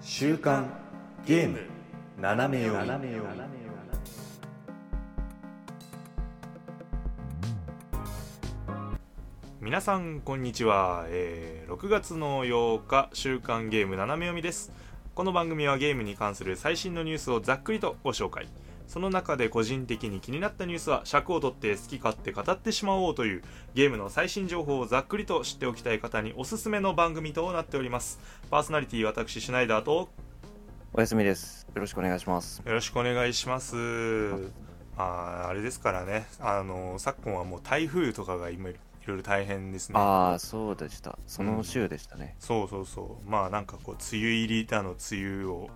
週刊ゲーム斜め読み皆さんこんにちは、えー6月の8日週刊ゲーム斜め読みですこの番組はゲームに関する最新のニュースをざっくりとご紹介その中で個人的に気になったニュースは尺を取って好き勝手語ってしまおうというゲームの最新情報をざっくりと知っておきたい方におすすめの番組となっておりますパーソナリティ私シュナイダーとおやすみです。よろしくお願いします。よろしくお願いします。あーあれですからね、あの昨今はもう台風とかが今いろいろ大変ですね。ああ、そうでした。その週でしたね。そうそうそう、まあなんかこう、梅雨入りだの、梅雨を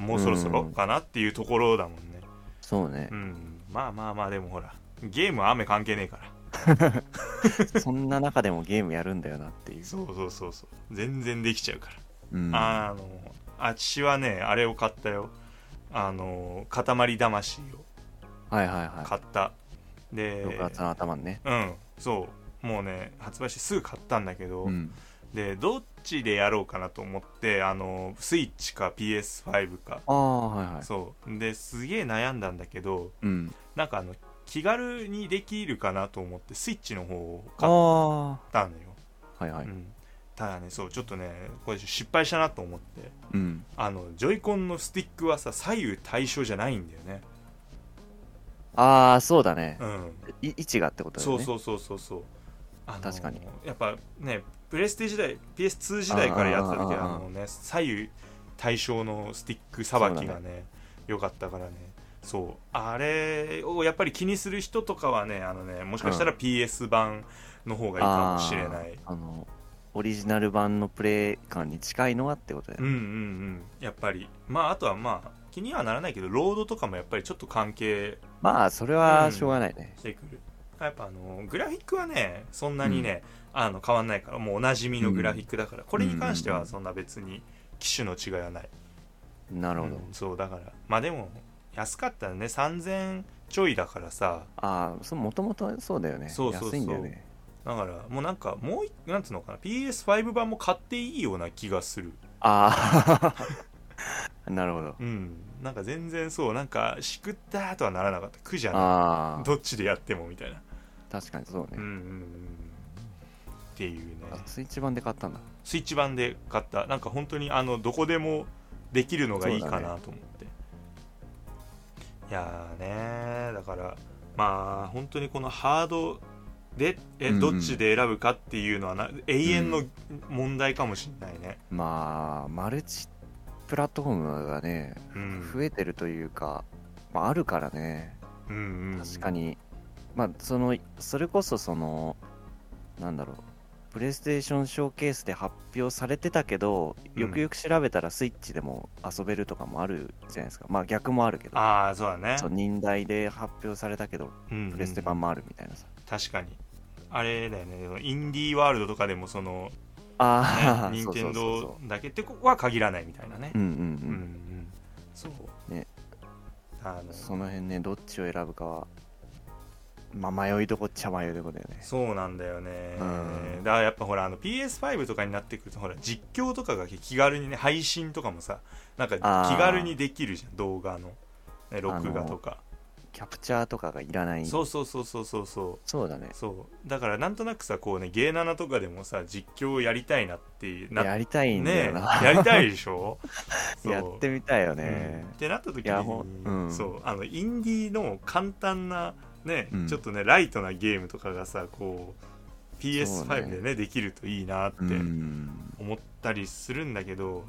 んもうそろそろかなっていうところだもんね。そうねう。ん、まあまあまあ、でもほら、ゲームは雨関係ねえから。そんな中でもゲームやるんだよなっていう。そうそうそうそう、全然できちゃうから。うん。あの、あっちはね、あれを買ったよ。あの、塊魂をはいはいは買った。でい。、6月の頭にね。うんそうもうね発売してすぐ買ったんだけど、うん。でどっちでやろうかなと思ってあのスイッチか PS5 か、ああ、はいはい。そうですげえ悩んだんだけどうん。なんかあの気軽にできるかなと思ってスイッチの方をあ買っあ。はたのよ、。いはいうん、ただねそうちょっとねこれ失敗したなと思ってうん。あのジョイコンのスティックはさ左右対称じゃないんだよねああ、そうだねう。んい位置がってことだそようね。うそうそうそうそうあの確かにやっぱねプレステ時代 PS2 時代からやってた時はあーあのね左右対称のスティックさばきがね良かったからねそうあれをやっぱり気にする人とかはねあのねもしかしたら PS 版の方がいいかもしれない、あの、オリジナル版のプレイ感に近いのはってことだうよん、うね。んうんやっぱりまああとはまあ気にはならないけどロードとかもやっぱりちょっと関係まあ、それはしょうがないね。してくるやっぱあのグラフィックはねそんなにね、あの変わんないからもうおなじみのグラフィックだから、これに関してはそんな別に機種の違いはない、なるほど。うんそうだからまあでも安かったらね3000ちょいだからさああ、もともとそうだよね。そうそうそう安いんだよね。だからもうなんかもういなんつうのかな PS5 版も買っていいような気がするああ。 なるほど。うんなんか全然そうなんかしくったとはならなかった苦じゃなあいあ。どっちでやってもみたいな確かにそうね。うんうんうんっていうねあスイッチ版で買ったんだスイッチ版で買ったなんか本当にあのどこでもできるのがいいかなと思って、いやーねだからまあ本当にこのハードでえ、うんうんどっちで選ぶかっていうのはな永遠の問題かもしれないね、まあマルチプラットフォームがねうん、増えてるというか、まあ、あるからねうんうんうん確かに、まあそのそれこそそのなんだろうプレイステーションショーケースで発表されてたけどうんよくよく調べたらスイッチでも遊べるとかもあるじゃないですか、まあ逆もあるけどああそうだねそう任台で発表されたけどうんうんプレステ版もあるみたいなさ、確かにあれだよねインディーワールドとかでもそのああ、任 そうそ天うそうそ堂だけっては限らないみたいなねううんうんうんう、うんんそうねあのその辺ねどっちを選ぶかはまあ迷いどこっちゃ迷いどこだよねそうなんだよねうんだからやっぱほらあの PS5 とかになってくるとほら実況とかが気軽にね配信とかもさなんかあ気ー軽にできるじゃん動画の、ね、録画とかキャプチャーとかがいらないそうそうそうそうそうそうそうだねそうだからなんとなくさこうねゲーナナとかでもさ実況をやりたいなっていうなやりたいんだねよ な、やりたいでし ょそうやってみたいよねうんっ、てなった時いやほに、んうんそうあのインディーの簡単なね、うんちょっとねライトなゲームとかがさこうそう PS5 ねでねできるといいなってうん思ったりするんだけど、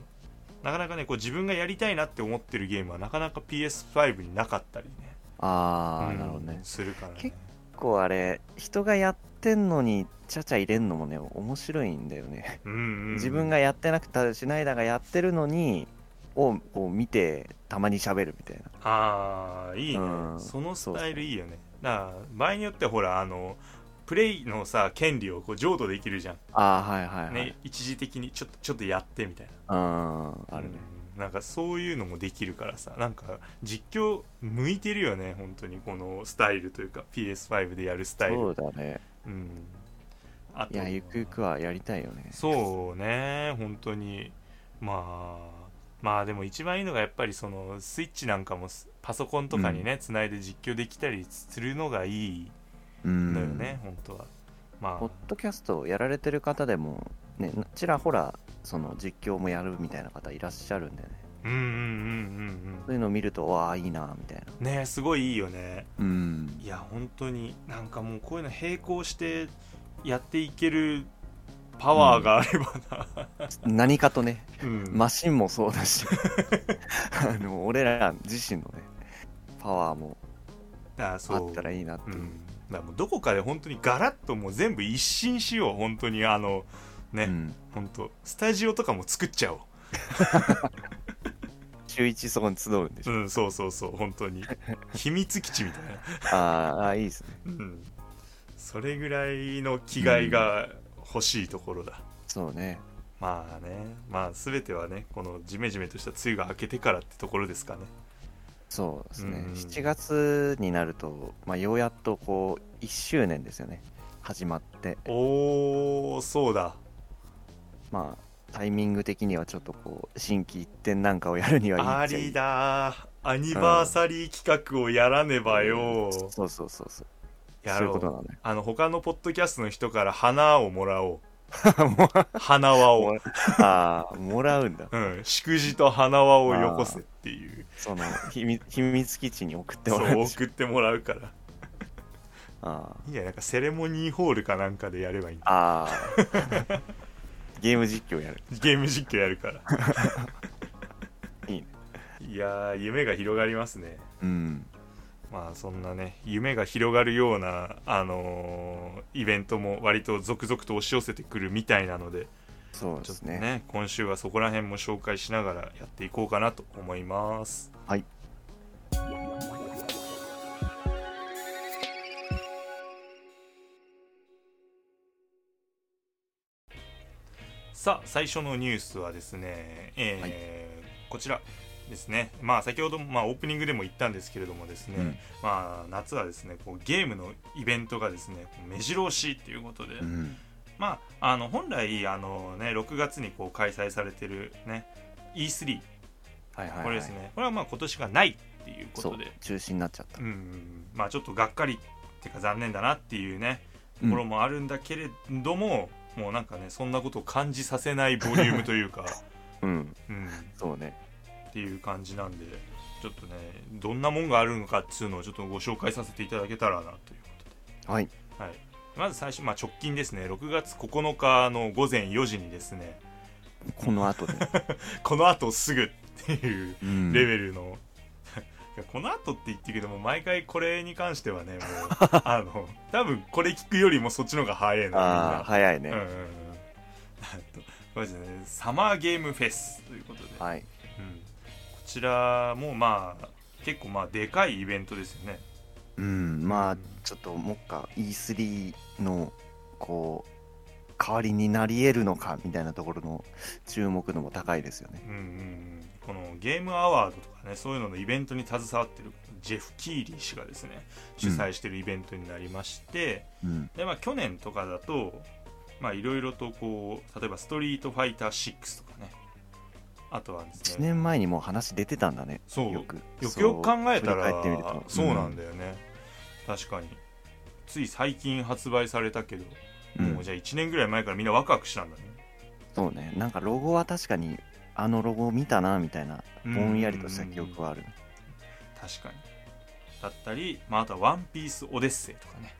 なかなかねこう自分がやりたいなって思ってるゲームはなかなか PS5 になかったりねああ、うんなるほどねするからね結結構あれ人がやってんのにちゃちゃ入れんのもね面白いんだよね、うんうん自分がやってなくてシュナイダーがやってるのにをこう見てたまに喋るみたいなああいいね、うんそのスタイルいいよねだから場合によってはほらあのプレイのさ権利をこう譲渡できるじゃん、ああはいはいはい、ね、一時的にちょっとちょっとやってみたいなうんあるね、うんなんかそういうのもできるからさなんか実況向いてるよね本当にこのスタイルというか PS5 でやるスタイルそうだねうんあといやゆくゆくはやりたいよねそうね本当にまあまあでも一番いいのがやっぱりそのスイッチなんかもすパソコンとかにねつないで実況できたりするのがいいうんのよね、本当はまポッドキャストをやられてる方でも、ね、ちらほらその実況もやるみたいな方いらっしゃるんでねあうんうんうんうんそういうのを見るとわあいいなみたいなうんねすごいいいよねうんいや本当になんかもうこういうの並行してやっていけるパワーがあればな、何かとねうんマシンもそうだ しあの俺ら自身のねパワーもあそあうったらいいなってう、いうんだからもうどこかで本当にガラッともう全部一新しよう本当にあのね、うん本当スタジオとかも作っちゃお週一そこに集うんでし うょ、うんそうそうそう本 当に秘密基地みたいな、あーあーいいですねうん、それぐらいの気概が欲しいところだ、そうねまあねまあ全てはねこのジメジメとした梅雨が明けてからってところですかねそうですね、うん7月になると、まあ、ようやっとこう1周年ですよね始まっておーそうだまあタイミング的にはちょっとこう新規一点なんかをやるにはいいあっちゃいいりだーアニバーサリー企画をやらねばよ、そうそうそうそうやそういうろこうとなんだよあの他のポッドキャストの人から花をもら おう花輪を、ああもらうんだうん、祝辞と花輪をよこせっていうその秘密秘密基地に送ってもらそううんでしょ送ってもらうからあいやなんかセレモニーホールかなんかでやればいいんだーあーゲーム実況やるゲーム実況やるからいいねいやー夢が広がりますねうんまあそんなね夢が広がるようなあのーイベントも割と続々と押し寄せてくるみたいなのでそうでちょっすとねね今週はそこら辺も紹介しながらやっていこうかなと思いますはいさあ最初のニュースはですね、えーこちらですねまあ先ほども、まあ、オープニングでも言ったんですけれどもですね、うんまあ夏はですねこうゲームのイベントがですねこう目白押しっていうことで、うんまあ、あの本来あの、ね、6月にこう開催されてる、ね、E3 はいはい、はい、これですね、これはまあ今年がないっていうこそとうで中止になっちゃったうんうんまあ、ちょっとがっかりっていうか残念だなっていうねところもあるんだけれども、もうなんかねそんなことを感じさせないボリュー ムというか、うんうん、そうねっていう感じなんでちょっとねどんなもんがあるのかっつうのをちょっとご紹介させていただけたらなということではいはい、まず最初、まあ、直近ですね6月9日の午前4時にですねこの後で、このあとすぐっていううんレベルの、 いやこのあとって言ってるけども毎回これに関しては ねもうあの多分これ聞くよりもそっちの方が早いああな早いみね、んなうんうんうん あとこれですねサマーゲームフェスということで、はいうんこちらもまあ結構まあでかいイベントですよねうんまあちょっともっか E3 のこう代わりになり得るのかみたいなところの注目度も高いですよねうんうんうんこのゲームアワードとかねそういうののイベントに携わってるジェフ・キーリー氏がですね主催してるイベントになりまして、うんでまあ、去年とかだとまあいろいろとこう例えば「ストリートファイター6」とかねあとはです1ね年前にもう話出てたんだねそうよよくくよく考えたそう振り返らってみるとそうなんだよね、確かについ最近発売されたけど、うんもうじゃあ1年ぐらい前からみんなワクワクしたんだねそうねなんかロゴは確かにあのロゴを見たなみたいなぼんやりとした記憶はある確かにだったり、まあ、あとは「ワンピースオデッセイ」とかね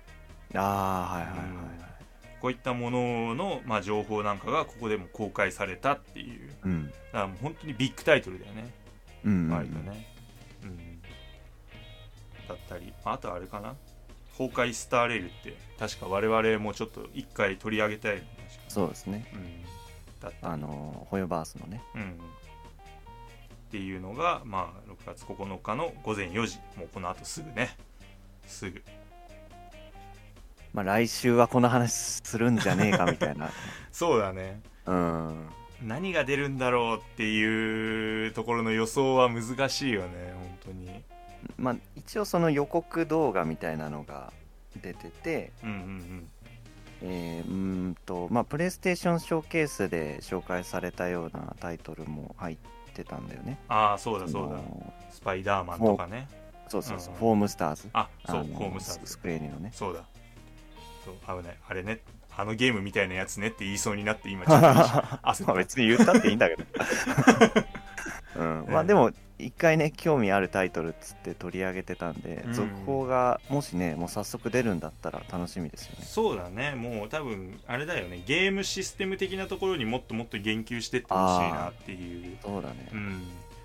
ああはいはいはいこういったものの、まあ、情報なんかがここでも公開されたっていううんだからもう本当にビッグタイトルだよねうん割とね、うん、だったりまああとあれかな「崩壊スターレール」って確か我々もちょっと一回取り上げたいよねそうですね確かうんだったあのホヨバースのねうんっていうのが、まあ、6月9日の午前4時もうこのあとすぐねすぐまあ来週はこの話するんじゃねえかみた いなそうだねうん何が出るんだろうっていうところの予想は難しいよね本当にまあ一応その予告動画みたいなのが出ててうんうんえー、うーんとまあプレイステーションショーケースで紹介されたようなタイトルも入っててたんだよね。ああそうだそうだのスパイダーマンとかねそうそうそう、うんフォームスターズ。あそうあのホームスタースズクレーニの ね。そうだそう危ないあれねあのゲームみたいなやつねって言いそうにな って今ちょっとまあ別に言ったっていいんだけ ど。うん、まあでも一回ね興味あるタイトルっつって取り上げてたんで、うん続報がもしねもう早速出るんだったら楽しみですよねそうだねもう多分あれだよねゲームシステム的なところにもっともっと言及してってほしいなっていう、そうだねうん、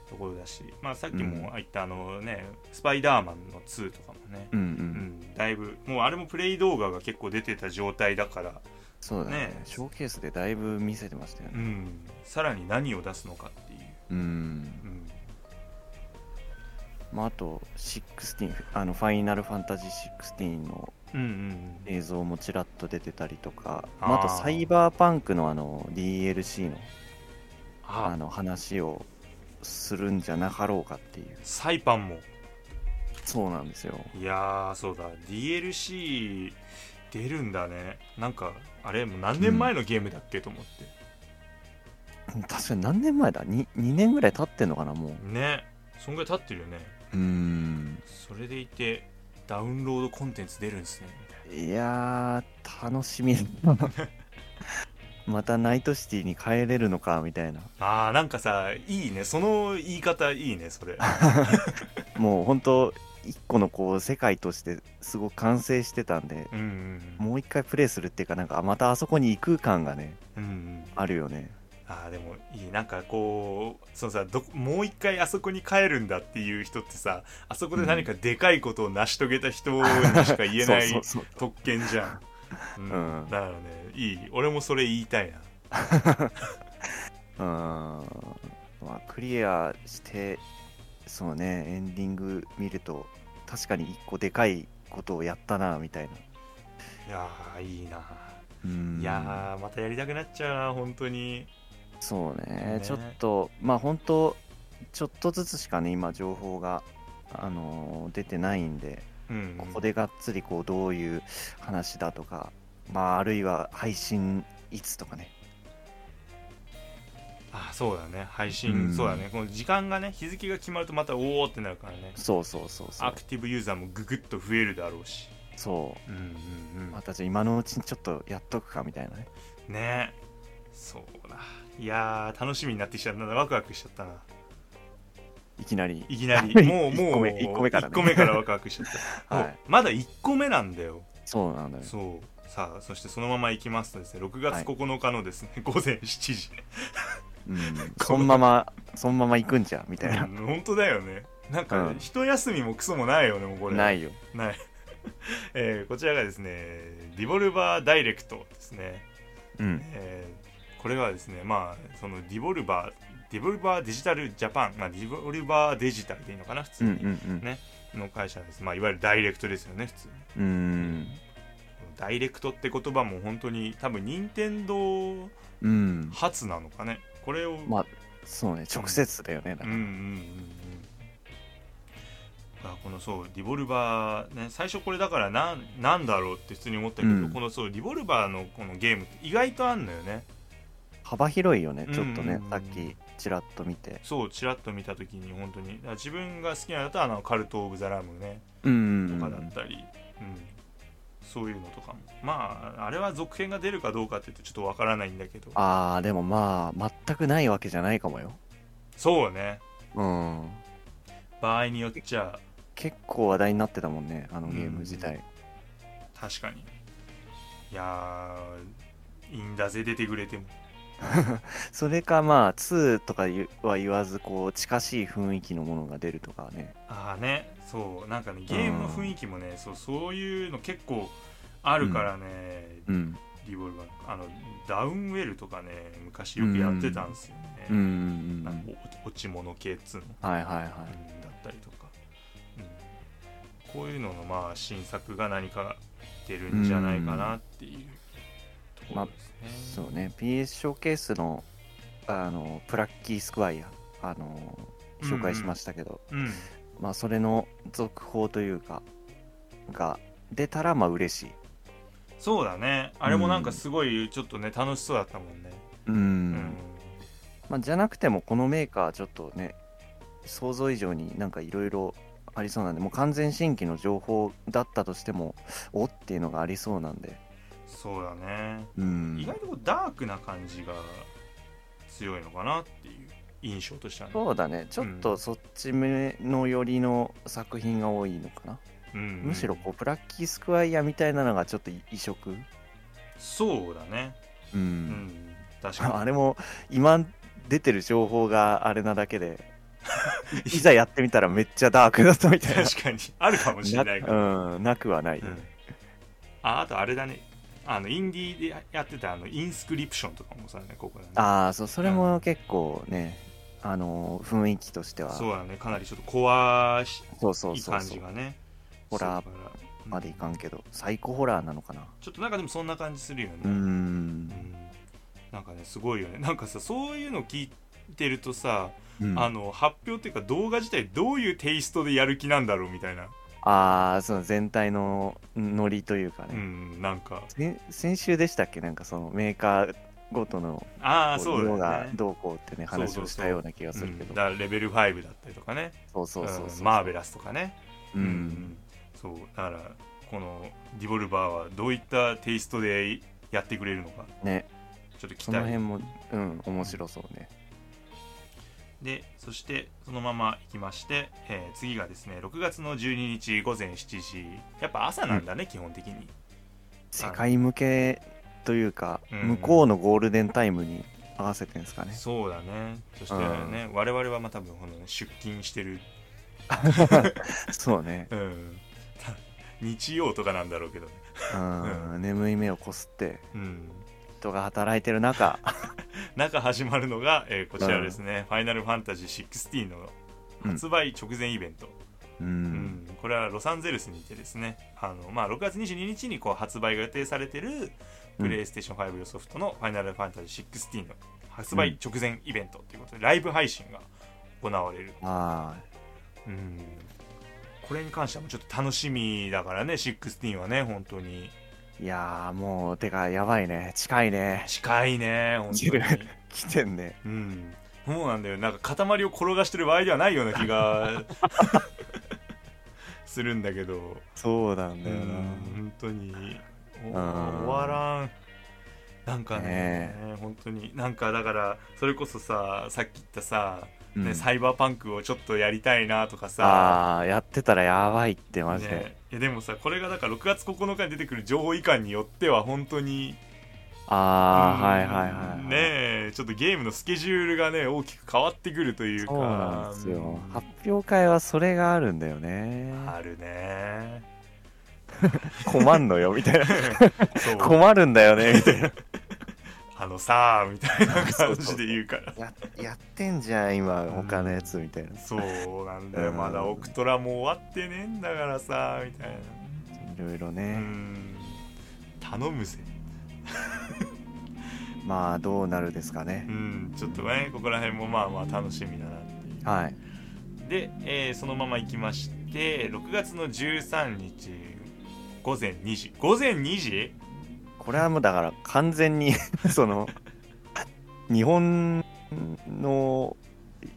ところだし、まあ、さっきも言ったあのね、スパイダーマンの2とかもね、うんううんん、だいぶもうあれもプレイ動画が結構出てた状態だから、そうだねねショーケースでだいぶ見せてましたようねん、さらに何を出すのかっていう、うん、うん、まああと16あのファイナルファンタジー16のうんうんうん映像もちらっと出てたりとかあーまあ、あとサイバーパンクのあの DLC のああの話をするんじゃなかろうかっていうサイパンもそうなんですよいやーそうだ DLC 出るんだねなんかあれもう何年前のゲームだっけ、と思って確かに何年前だ 2, 2年ぐらい経ってんのかなもねそんぐらい経ってるよねううんそれでいてダウンロードコンテンツ出るんですねみたいいやー楽しみ またナイトシティに帰れるのかみたいななあーなんかさいいねその言い方いいねそ れもう本当一個のこう世界としてすごく完成してたんでうんうんうんもう一回プレイするっていうかなんかあまたあそこに行く感がねうんうんあるよねあーでもいいなんかこうそのさどこもう一回あそこに帰るんだっていう人ってさあそこで何かでかいことを成し遂げた人にしか言えない そうそうそう特権じゃん、うんうんだからねいい俺もそれ言いたいなうーんまあクリアしてそうねエンディング見ると確かに一個でかいことをやったなみたいないやーいいな、うんいやーまたやりたくなっちゃうな本当にそうねねちょっとまあ本当ちょっとずつしかね今情報が、あのー出てないんでうんここでがっつりこうどういう話だとか、まああるいは配信いつとかねあそうだね配う信んそうだねこの時間がね日付が決まるとまたおおってなるからねそうそうそうそアうクティブユーザーもググッと増えるだろうしそうんうんうまたじゃあ今のうちにちょっとやっとくかみたいなねうんねそうだいやー楽しみになってきちゃったなワクワクしちゃったないきなりいきなり もう一も個う目一個目からね一個目からワクワクしちゃった、 はいまだ1個目なんだよそうなんだよそうさあそしてそのままいきますとですね6月9日のですね、 午前7時 うんそのままそのまま行くんじゃみたいなうん本当だよねなんか、うん一休みもクソもないよね もうこれないよない、 えーこちらがですねリボルバーダイレクトですね、うんえーこれはですねまあそのリボルバーリボルバーデジタルジャパン、まあ、リボルバーデジタルでいいのかな普通うんに、うんの会社です、まあ、いわゆるダイレクトですよね普通にうんうんダイレクトって言葉も本当に多分任天堂うん初なのかねこれを、まあそうね直接だよねだかうんらうんうんうんあこのそうリボルバーね最初これだからなんなんだろうって普通に思ったけど、うんこのそうリボルバーのこのゲームって意外とあんのよね幅広いよねうんちょっとね、うんさっきちらっと見てそうちらっと見た時に本当にだから自分が好きなのだとあのカルト・オブ・ザ・ラムねうんとかだったり、うんそういうのとかもまああれは続編が出るかどうかって言うとちょっとわからないんだけどああでもまあ全くないわけじゃないかもよそうねうん場合によっちゃ結構話題になってたもんねあのゲーム自う体確かにいやーいいんだぜ出てくれてもそれかまあ2とか言うは言わずこう近しい雰囲気のものが出るとかねああねそうなんかねゲームの雰囲気もね、そうそういうの結構あるからね、うんリボルバーあのダウンウェルとかね昔よくやってたんですよね、うんうんうなんんかお落ち物系っつうの、はいはいはういんだったりとか、うんこういうののまあ新作が何か出るんじゃないかなっていうところですね、そうね PS ショーケースのあのプラッキースクワイアあの紹介しましたけど、うんまあそれの続報というかが出たらまあ嬉しいそうだねあれもなんかすごいちょっとね楽しそうだったもんねううんん、まあ、じゃなくてもこのメーカーちょっとね想像以上になんかいろいろありそうなんでもう完全新規の情報だったとしてもおっていうのがありそうなんでそうだね、うん意外とこうダークな感じが強いのかなっていう印象としてはねそうだねちょっとそっち目の寄りの作品が多いのかな、うんむしろこうブラッキースクワイアみたいなのがちょっと異色そうだねうん、うん、確かに あれも今出てる情報があれなだけで いいざやってみたらめっちゃダークだったみ たいな確かにあるかもしれないから、なうん、なくはない、うんああとあれだねあのインディーでやってたあのインスクリプションとかもさねここだねああそうそれも結構ね、あのー雰囲気としてはそうだねかなりちょっと怖いそうそうそう感そじうがねホラーそうだからまでいかうんんけどサイコホラーなのかなちょっとなんかでもそんな感じするよねうーんうんなんかねすごいよねなんかさそういうの聞いてるとさ、うんあの発表っていうか動画自体どういうテイストでやる気なんだろうみたいな、あーその全体のノリというかうね、ん、なんか先先週でしたっけなんかそのメーカーごとのああこそうう色だがよねどうこうってねそうそう話そうをしたような気がすうるんけどだからレベル5だったりとかねそうそうそううそんうマーベラスとかね、ううんんそうだからこのディボルバーはどういったテイストでやってくれるのかねちょっと期その待辺もうん面白そうねでそしてそのまま行きまして、えー次がですね6月の12日午前7時やっぱ朝なんだね、基本的に世界向けというか、うん向こうのゴールデンタイムに合わせてんですかねそうだねそしてね、我々はまあ多分このね、出勤してる、そうね、うん、日曜とかなんだろうけどね、うん、眠い目をこすってうん、人が働いてる中中始まるのが、えーこちらですね「ファイナルファンタジー16」の発売直前イベント、ううんんこれはロサンゼルスにてですねあの、まあ、6月22日にこう発売が予定されてるプレイステーション5用ソフトの「ファイナルファンタジー16」の発売直前イベントということでライブ配信が行われる、あうん、これに関してはもうちょっと楽しみだからね16はね本当にあいやーもうてかやばいね近いね近いね 本近当にい。来てんねうんそうなんだよなんか塊を転がしてる場合ではないような気 がするんだけどそうなんうだよな、ん本当にお終んわらんなんかねね本当になんかだからそれこそささっき言ったさ、うんねサイバーパンクをちょっとやりたいなとかさあーやってたらやばいってマジで、ね、いやでもさこれがだから6月9日に出てくる情報以下によっては本当にうああ、んはいはいはいはい、ねえちょっとゲームのスケジュールがね大きく変わってくるというかそうなんですうよん発表会はそれがあるんだよねあるね困んのよみたい なそう困るんだよねみたいなあのさあみたいなそう感そうそじでう言う からややってんじゃん今他のやつみたいなそうなんだよ、うんまだオクトラも終わってねえんだからさみたいいろいろなうね、ん頼むぜまあどうなるですかうね、んちょっとねここら辺もまあまあ楽しみだなっていうはいで、えーそのまま行きまして6月の13日午前2時午前2時これはもうだから完全に その日本の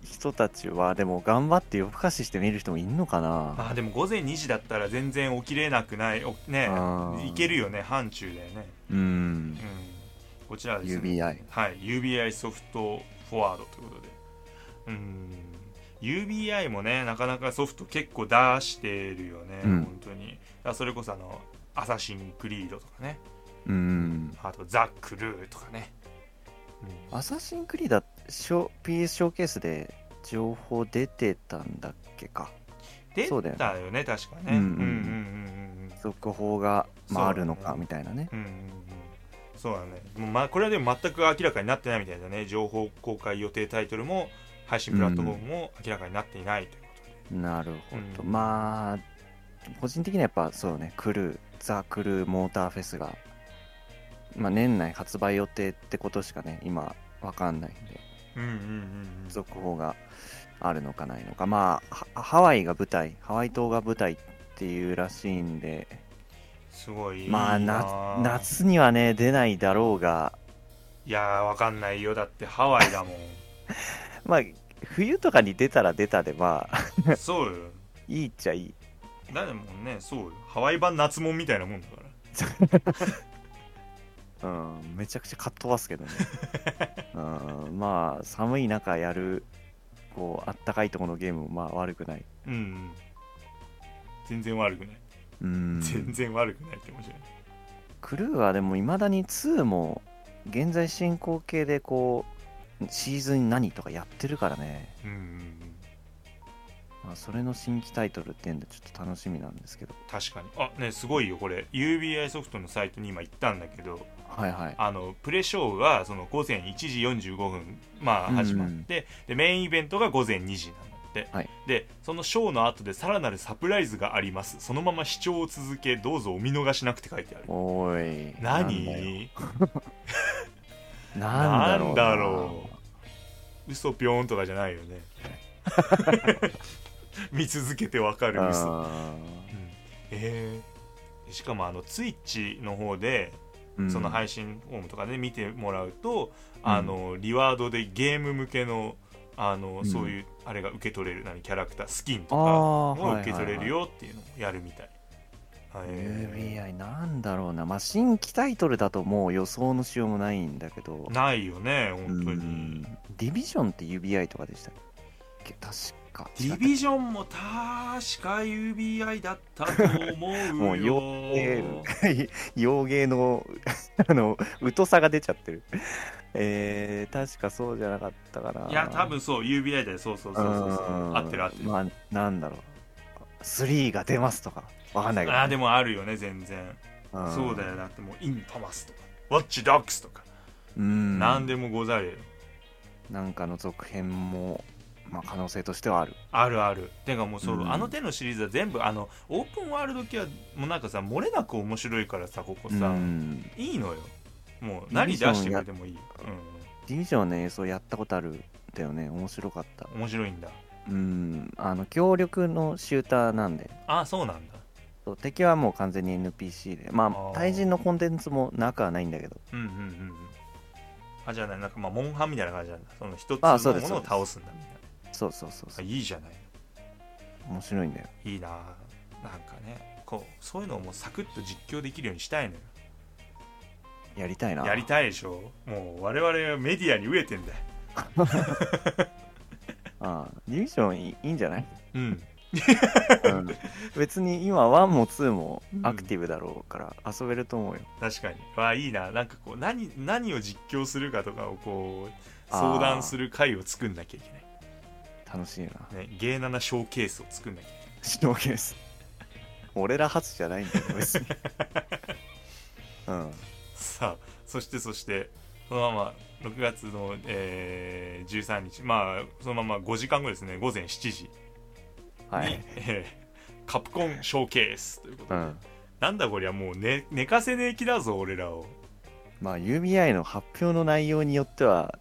人たちはでも頑張って夜更かしして見る人もいんのかあなーでも午前2時だったら全然起きれなくないおねあーいけるよね範疇だよねうんうんこちらはですね UBI はい、UBI ソフトフォワードということでうーん UBI もねなかなかソフト結構出してるよね、うん本当にだからそれこそあの「アサシン・クリード」とかねうんあと「ザ・クルー」とかね、うんアサシンクリーダーショ PS ショーケースで情報出てたんだっけか出そうだよねたよね確かねううんんううんんうんうんうん続報が、まあ、そうだあねるのかみたいなねうんうんうんそうだねもう、ま、これはでも全く明らかになってないみたいだね情報公開予定タイトルも配信プラットフォームも明らかになっていないということで、なるほど、うんまあ個人的にはやっぱそうねクルーザ・クルーモーターフェスが、まあ、年内発売予定ってことしかね今わかんないんでうんうんうんうん続報があるのかないのかまあハハワイが舞台ハワイ島が舞台っていうらしいんですごいまあいいなぁ夏にはね出ないだろうがいやーわかんないよだってハワイだもんまあ、冬とかに出たら出たで、まあ、 そうよいいっちゃいい。だってもうねそうよハワイ版夏もんみたいなもんだからうん、めちゃくちゃかっ飛ば すけどね。うん、まあ、寒い中やる、こう、あったかいところのゲームも、まあ、悪くない。うんうん全然悪くない、うん。全然悪くないって面白いクルーはでもいまだに2も現在進行形でこうシーズン何とかやってるからね、うんうんうんまあ、それの新規タイトルっていうんでちょっと楽しみなんですけど確かにあねすごいよこれ UBI ソフトのサイトに今行ったんだけどはいはいあのプレショーがその午前1時45分、まあ、うんうん始まって、でメインイベントが午前2時なんだって、はいでそのショーの後でさらなるサプライズがありますそのまま視聴を続けどうぞお見逃しなくって書いてあるおーい何なんだろうなんだろう嘘ぴょんとかじゃないよね 見続けてわかる嘘うあんえーしかもあのツイッチの方でーうんその配信フォームとかで見てもらうと、うんあのリワードでゲーム向けのあの、うんそういうあれが受け取れる何キャラクタースキンとあかあを受け取れるよよっていうのをやるみたい。え UBI なんだろうな、まあ、新規タイトルだともう予想のしようもないんだけどーないよね本う当んに。ディビジョンって UBI とかでしたっけ確かディビジョンも確か UBI だったと思うよ。 もうよえー 洋芸の あの疎さが出ちゃってるえー、確かそうじゃなかったかないいや多分そう UBI だよそうそうそうそうそう合ってる合ってる。まあなんだろう3が出ますとかわかんないけどあーでもあるよね全然。んそうだよだってもうイントマスとかウォッチドックスとか、うん何でもござれよなんかの続編も、まあ、可能性としてはあるあるあるてかもうそう、うんあの手のシリーズは全部あのオープンワールド系はもうなんかさ漏れなく面白いからさここさ、うんデいいのよもう何出してくれてもいいよ、ィビジョンねそうやったことあるんだよね面白かったうん、面白いんだうんあの協力のシューターなんであそうなんだそう敵はもう完全に NPC でまああー対人のコンテンツもなくはないんだけどうんうんうんうんあじゃあないなんかまあモンハンみたいな感じなんだその一つあそうのですものを倒すんだみたいそうそうそうそなあういいじゃない面白いんだよいいななんかねこうそういうのをもうサクッと実況できるようにしたいのよやりたいなやりたいでしょもう我々はメディアに飢えてんだよああディビジョンいいいいんじ ゃない、うんうん、別に今1も2もうんアクティブだろうから遊べると思うよ、確かにわあいいななんかこう何何を実況するかとかをこうあー相談する会を作んなきゃいけ楽しいなない、ね、芸7ショーケースを作んなきゃいけないシノゲです俺ら初じゃないんだよ別に うんさあそしてそしてそのまま6月の、えー13日まあそのまま5時間後ですね午前7時に、はい、えーカプコンショーケースということうで、ん、なんだこりゃもう寝寝かせねえ気だぞ俺らをまあ UBI の発表の内容によっては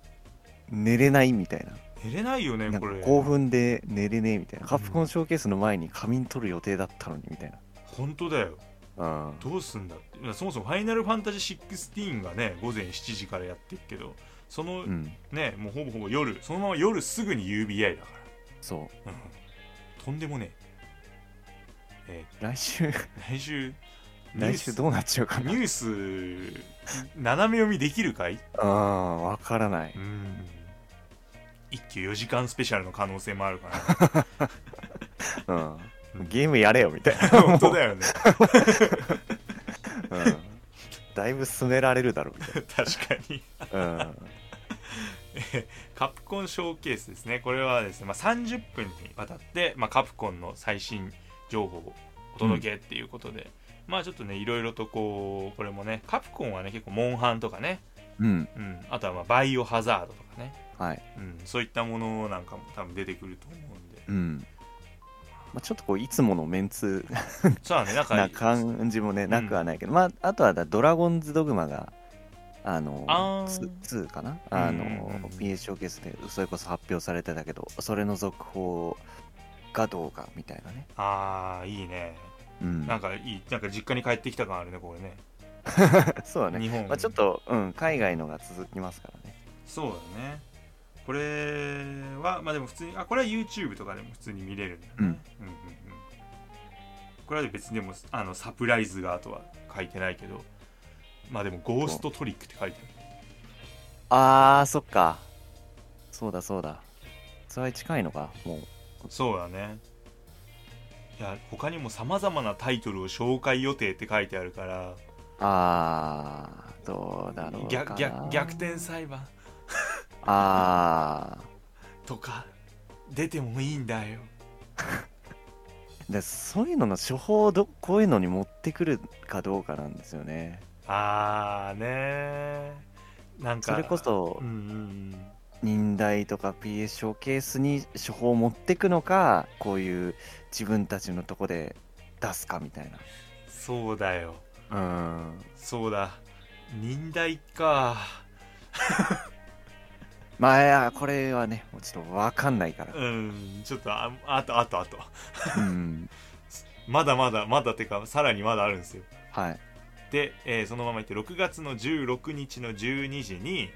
寝れないみたいな寝れないよねなんこかれ興奮で寝れねえみたいな、カプコンショーケースの前に仮眠取る予定だったのにみたい本当だよな、どうすんだってまあそもそも「ファイナルファンタジー16」がね午前7時からやってるけどそのうん、うん、ね、もうほぼほぼ夜そのまま夜すぐに UBI だかそら、うん、とんでもねええう、来週、ー来週ニュー来ス週どうなっちゃうかなニ、ュース斜め読みできるかいああ、わからない、うん一休4時間スペシャルの可能性もあるかうんうん、ゲームやれよみたい ら 本当だよねな、うん、だいぶ進められるだろうみ確かにたいな、うん、 カプコンショーケースですねこれはですね、まあ、30分にわたって、まあ、カプコンの最新情報をお届けっていうことで、まあちょっとねいろいろとこうこれもねカプコンはね結構モンハンとかね、うん、うん、あとはまあバイオハザードとかね、はい、うん、そういったものなんかも多分出てくると思うんでうん、まあ、ちょっとこういつものメンツそうだねなんかな感じもね、なくはないけど、まあ、あとはだドラゴンズドグマが、あの、あーツツーかな、あの、うんうんうん PS ショーケースで、それこそ発表されてたけど、それの続報がどうかみたいなね。あーいいねうん、なんかいいなんか実家に帰ってきた感あるねこれね そうだね。日本まあ、ちょっと、うん、海外のが続きますからね。そうだねこれはまあでも普通にあこれは YouTube とかでも普通に見れるんだよね、うんうんうん、これは別にでもあのサプライズがとは書いてないけどまあでもゴーストトリックって書いてあるあー、そっか。そうだそうだ。それは近いのか、もう。そうだねいや他にもさまざまなタイトルを紹介予定って書いてあるからあー、どうだろうかな。逆逆逆転裁判あとか出てもいいんだよー。でそういうのの処方をど、こういうのに持ってくるかどうかなんですよね。あーねーなんかそれこそうんうんうん忍耐とか PS ショーケースに処方を持ってくのかこういう自分たちのとこで出すかみたいそうだよなうんそうだ忍耐かまあいやこれはねもうちょっと分かんないからうんちょっとああとあとあと うんまだまだまだてかさらにまだあるんですよはいで、えーそのままいって6月の16日の12時に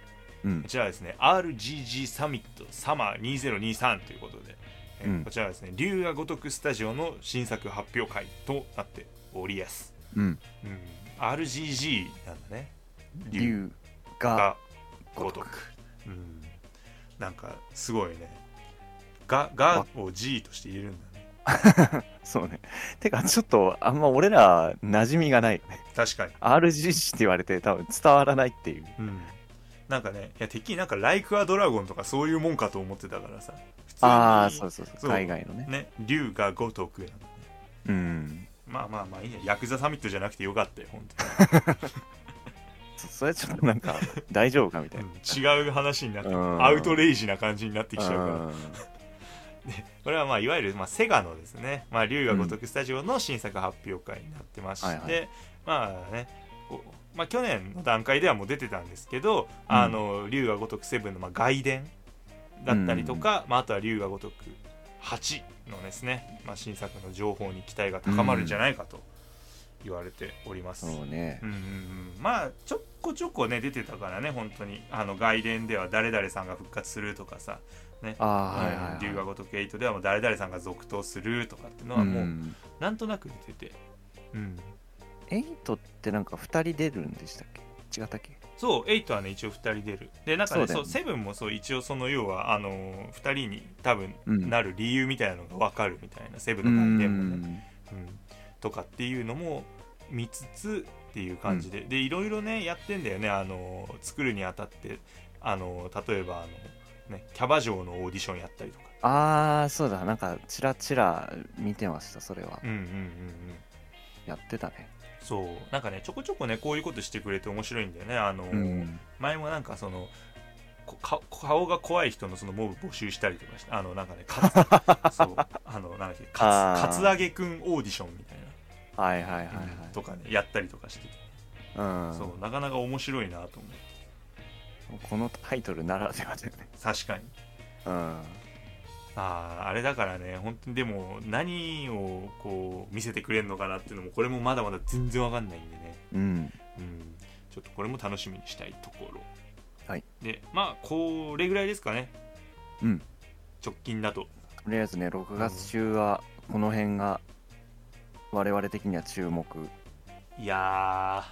うんこちらはですね RGG サミットサマー2023ということで、えーうんこちらはですね龍が如くスタジオの新作発表会となっておりやす、うんうん、RGG なんだね龍がが如く、うん、なんかすごいねががを G として入れるんだねそうねてかちょっとあんま俺ら馴染みがない確かに RGC って言われて多分伝わらないっていううんなんかねいやてっきりなんか「ライク・ア・ドラゴン」とかそういうもんかと思ってたからさ普通にああそうそうそそうう海外のねね龍が如くなのうんまあまあまあいいやヤクザサミットじゃなくてよかったよ本そ それはちょっとなんか大丈夫かみたいな当に、違う話になってうんアウトレイジな感じになってきちゃうからうん これはまあいわゆるまあセガのですね、まあ、龍が如くスタジオの新作発表会になってまして、はいはまあねこうまあ、去年の段階ではもう出てたんですけど、あの龍が如く7のまあ外伝だったりとか、まあ、あとは龍が如く8のですね、まあ、新作の情報に期待が高まるんじゃないかと言われております。そうねうんうんうんまあちょこちょこね出てたからね本当にあの外伝では誰々さんが復活するとかさああはいはい、うはんい、龍が如く8ではもう誰々さんが続投するとかっていうのはもう、ん、なんとなく出てて、うん、 8ってなんか2人出るんでしたっけ違ったっけそう8はね一応2人出るでなんかねそうだそようねセブンもそう一応その要はあのー、2人に多分うんなる理由みたいなのが分かるみたいなセブうンの関係もね、んうん、とかっていうのも見つつっていう感じで、でいろいろねやってんだよねあのー作るにあたってあのー例えばあの、ね、キャバ嬢のオーディションやったりとかああそうだなんかチラチラ見てましたそれはうんうんうんうんやってたねそうなんかねちょこちょこねこういうことしてくれて面白いんだよねあの、うん前もなんかそのこか顔が怖い人のそのモブ募集したりとかしてあのなんかね かつそうあのなんだっけかあーつかつあげくんオーディションみたいはいはいはな、いはいとかねやったりとかしてて、うんそうなかなか面白いなと思うこのタイトルならではだよね確かにうんあーあれだからね本当にでも何をこう見せてくれるのかなっていうのもこれもまだまだ全然わかんないんでねうんうん、ちょっとこれも楽しみにしたいところ、はい、でまあこれぐらいですかねうん直近だととりあえずね6月中はこの辺が我々的には注目 いや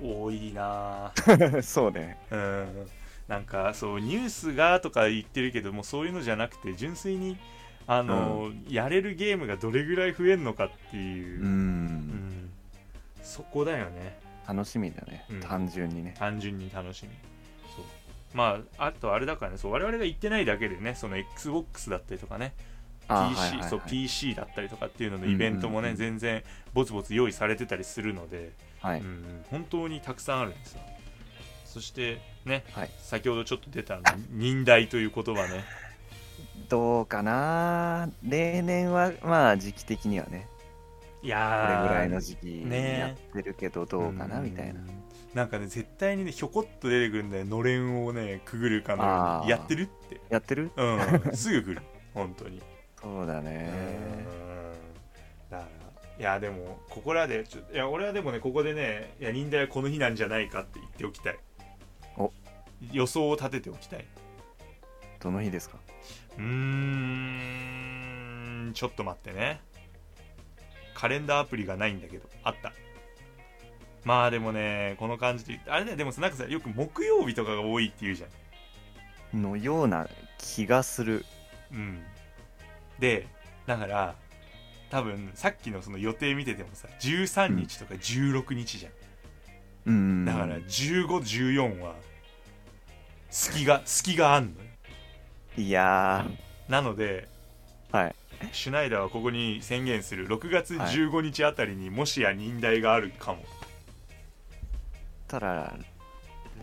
ー多いなそうね ーうんなんかそうニュースがとか言ってるけどもそういうのじゃなくて純粋にあの、やれるゲームがどれぐらい増えるのかっていう、ううんんそこだよね楽しみだね、うん単純にね単純に楽しみそうまああとあれだからねそう我々が言ってないだけでねその XBOX だったりとかね PC そう PC だったりとかっていうののイベントもね、うんうんうん全然ぼつぼつ用意されてたりするので、はいうんうん本当にたくさんあるんですよそしてねはい先ほどちょっと出たあの忍耐という言葉ねどうかな例年はまあ時期的にはねいこれやーぐらいの時期ねやってるけどどうかなみたいなうんなんかね絶対にねひょこっと出てくるんだよのれんをねくぐるかのようあにーやってるってやってるうん すぐ来る本当にそうだねうんだからいやでもここらでちょいや俺はでもねここでねいや忍耐はこの日なんじゃないかって言っておきたいお予想を立てておきたいどの日ですかうーんちょっと待ってねカレンダーアプリがないんだけどあったまあでもねこの感じであれねでもさなんかさよく木曜日とかが多いって言うじゃんのような気がする。うんでだから多分さっきのその予定見ててもさ13日とか16日じゃんうん。だから1514は隙が隙があんのよいやなのでー、はい。シュナイダーはここに宣言する6月はい15日あたりにもしや忍耐があるかも、ただ、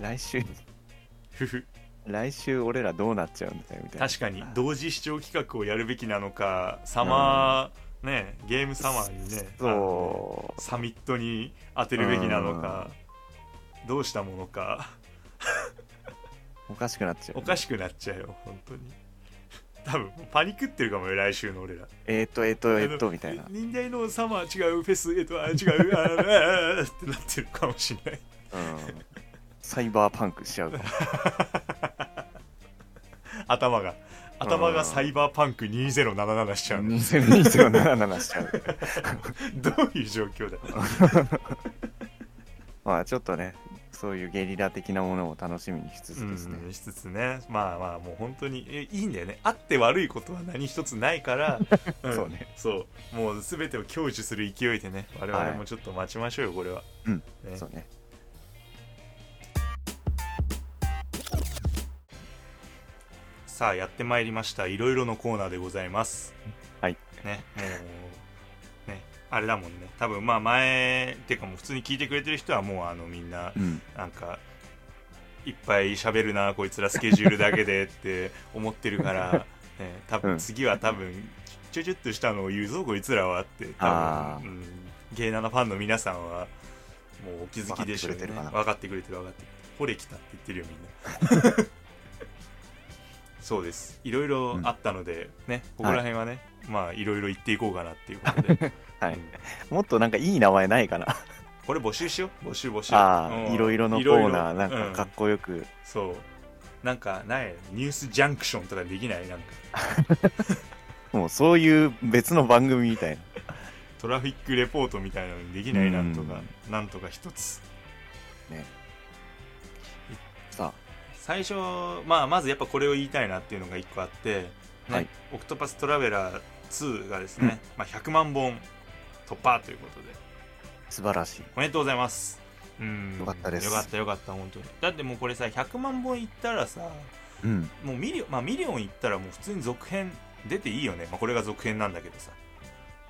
来週、ふふ来週俺らどうなっちゃうんだよみたいな。確かに同時視聴企画をやるべきなのかサマー、ねゲームサマーにねあのそう。サミットに当てるべきなのか、どうしたものかおかしくなっちゃう。おかしくなっちゃうよ本当に多分パニックってるかもよ来週の俺らえっ、と、えっ、と、えっ、と、みたいなあの。忍耐のサマー違うフェスえっとあ違うああああってなってるかもしれないうん。サイバーパンクし ちゃうかも。頭が頭がサイバーパンク2077しちゃうの2077しちゃう。どういう状況だまあちょっとね、そういうゲリラ的なものを楽しみにしつつですね。うんしつつねまあまあもう本当にえいいんだよねあって悪いことは何一つないから、んそうねそうもう全てを享受する勢いでね我々はもいちょっと待ちましょうよこれは、うんねそうね。さあやってまいりましたいろいろのコーナーでございますはいねもうねあれだもんね多分まあ前っていうかもう普通に聞いてくれてる人はもうあのみんなうん。なんかいっぱい喋るなこいつらスケジュールだけでって思ってるから、ね、多う分ん次は多分ちょちょっとしたのを言うぞこいつらはって多あー分、うん、芸7ファンの皆さんはもうお気づきでしょうね分かってくれてるかな分かってくれてる分かってくれてるほれきたって言ってるよみんな そうですいろいろあったので、ねここら辺はね、まあいろいろ言っていこうかなっていうことで、 はいうんもっとなんかいい名前ないかな。これ募集しよう募集募集あうあ、んいろいろのコいろーいナー、ろなうんかかっこよく。そうなんかないニュースジャンクションとかできないなんかもうそういう別の番組みたいな。トラフィックレポートみたいなのできないうんなんとかなんとか一つさ最初、まあ、まずやっぱこれを言いたいなっていうのが1個あって、ねはいオクトパストラベラー2がですね、まあ、100万本突破ということであ、素晴らしい。おめでとうございますうんよかったですよかったよかった本当にだってもうこれさ100万本いったらさうん。もうミリオン、まあ、ミリオン行ったらもう普通に続編出ていいよね、まあ、これが続編なんだけどさ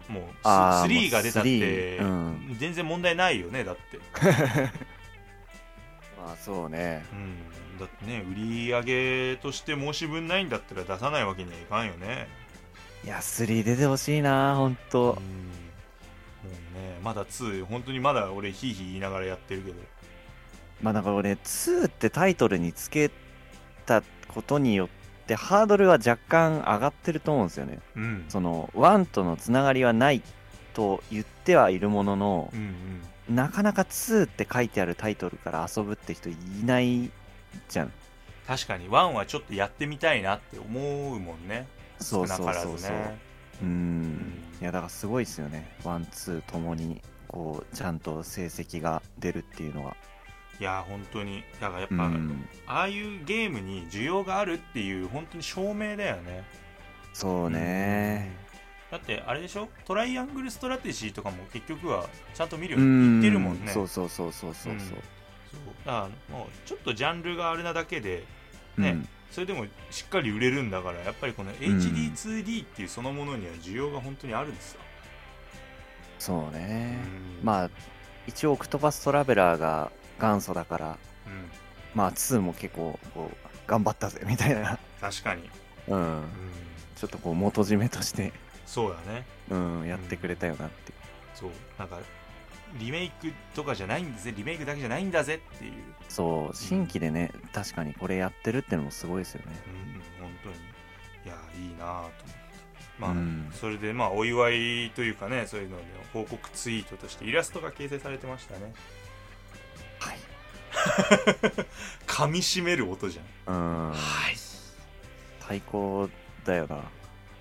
もうスあーもう3が出たって、 3うん全然問題ないよねだって、まあそうね。うん、だってね売り上げとして申し分ないんだったら出さないわけにはいかんよねいや、3出てほしいな、ほんうんとも。うねまだ2本当にまだ俺ヒーヒー言いながらやってるけどまあなんか俺、2ってタイトルにつけたことによって、ハードルは若干上がってると思うんですよね。うんその、1とのつながりはないと言ってはいるもののう、んうんなかなか2って書いてあるタイトルから遊ぶって人いないじゃん。確かに1はちょっとやってみたいなって思うもんねそうそう少なそうかそらう。ずねうーん。いや、だからすごいですよね。ワン、ツーともに、こう、ちゃんと成績が出るっていうのは。いや本当にだからやっうぱ、ん。ああいうゲームに需要があるっていう本当に証明だよねそうね。だってあれでしょトライアングルストラテジーとかも結局はちゃんと見るよううに言ん。ってるもんねそうそうそうそうそううんそうだからもうちょっとジャンルがあれなだけでう。ねうんそれでもしっかり売れるんだからやっぱりこの HD2D っていうそのものには需要が本当にあるんですよ、そうね。あ、まあ、一応、オクトパストラベラーが元祖だから、うん、まあ、2も結構、こう、頑張ったぜ、みたいな。確かに、うん、うん。ちょっとこう、元締めとして、そうだねうん、やってくれたよなっていう。そうなんかリメイクとかじゃないんですねリメイクだけじゃないんだぜっていうそう、新規でね、確かにこれやってるってのもすごいですよね。うん、本当にいやいいなぁと思ってまあ、うんそれでまあお祝いというかねそういうので報告ツイートとしてイラストが掲載されてましたねはい。噛み締める音じゃんうん。はい最高だよな。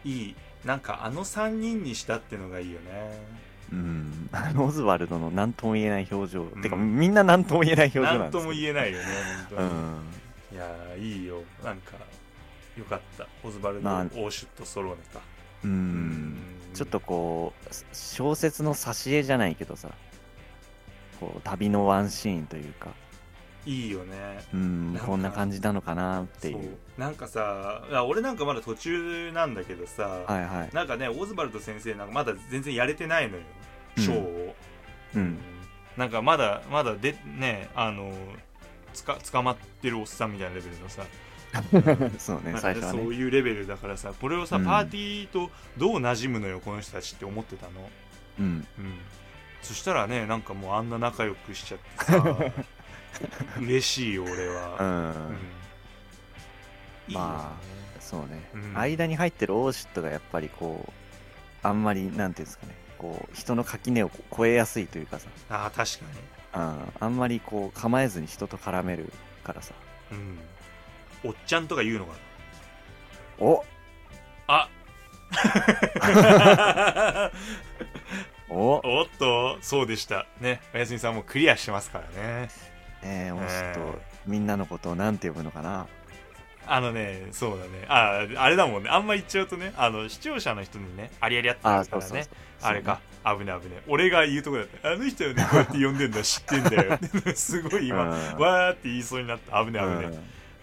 いいなんかあの3人にしたってのがいいよねうん。 あのオズワルドの何とも言えない表情。んてか、みんな何とも言えない表情ななんんですともえ言えないよね本当うに、いん。やーいいよなんかよかったオズバルド・オまあーシュット・ソロネか、う。うんちょっとこうす小説の挿絵じゃないけどさこう旅のワンシーンというかいいよねうんなんかこんな感じなのかなっていそううなんかさあ俺なんかまだ途中なんだけどさ、はいはいなんかねオズバルド先生なんかまだ全然やれてないのようんショーを、うんなんかまだまだでねあのつか捕まってるおっさんみたいなレベルのさそうねなんか最ね初はそねういうレベルだからさこれをさ、うんパーティーとどう馴染むのよこの人たちって思ってたの、うんうん、そしたらねなんかもうあんな仲良くしちゃって さ嬉しいよ俺うは、うんんいいよねまそうねうん間に入ってるオーシュットがやっぱりこうあんまりなんていうんですかねこう人の垣根をこう越えやすいというかさああ確かああんまりこう構えずに人と絡めるからさにうんおっちゃんとか言うのかなおあお おっとそうでしたねおやすみさんもクリアしてますからねえー、オーシュッえトみんなのことをなんて呼ぶのかなあのねそうだねああれだもんねあんま言っちゃうとねあの視聴者の人にねありありあってあなあるかそうらそうねそうあれか危ね危ね俺が言うとこだったあの人よねこうやって呼んでんだ知ってんだ よすごいそうね今うんわーって言いそうになった危ね危ね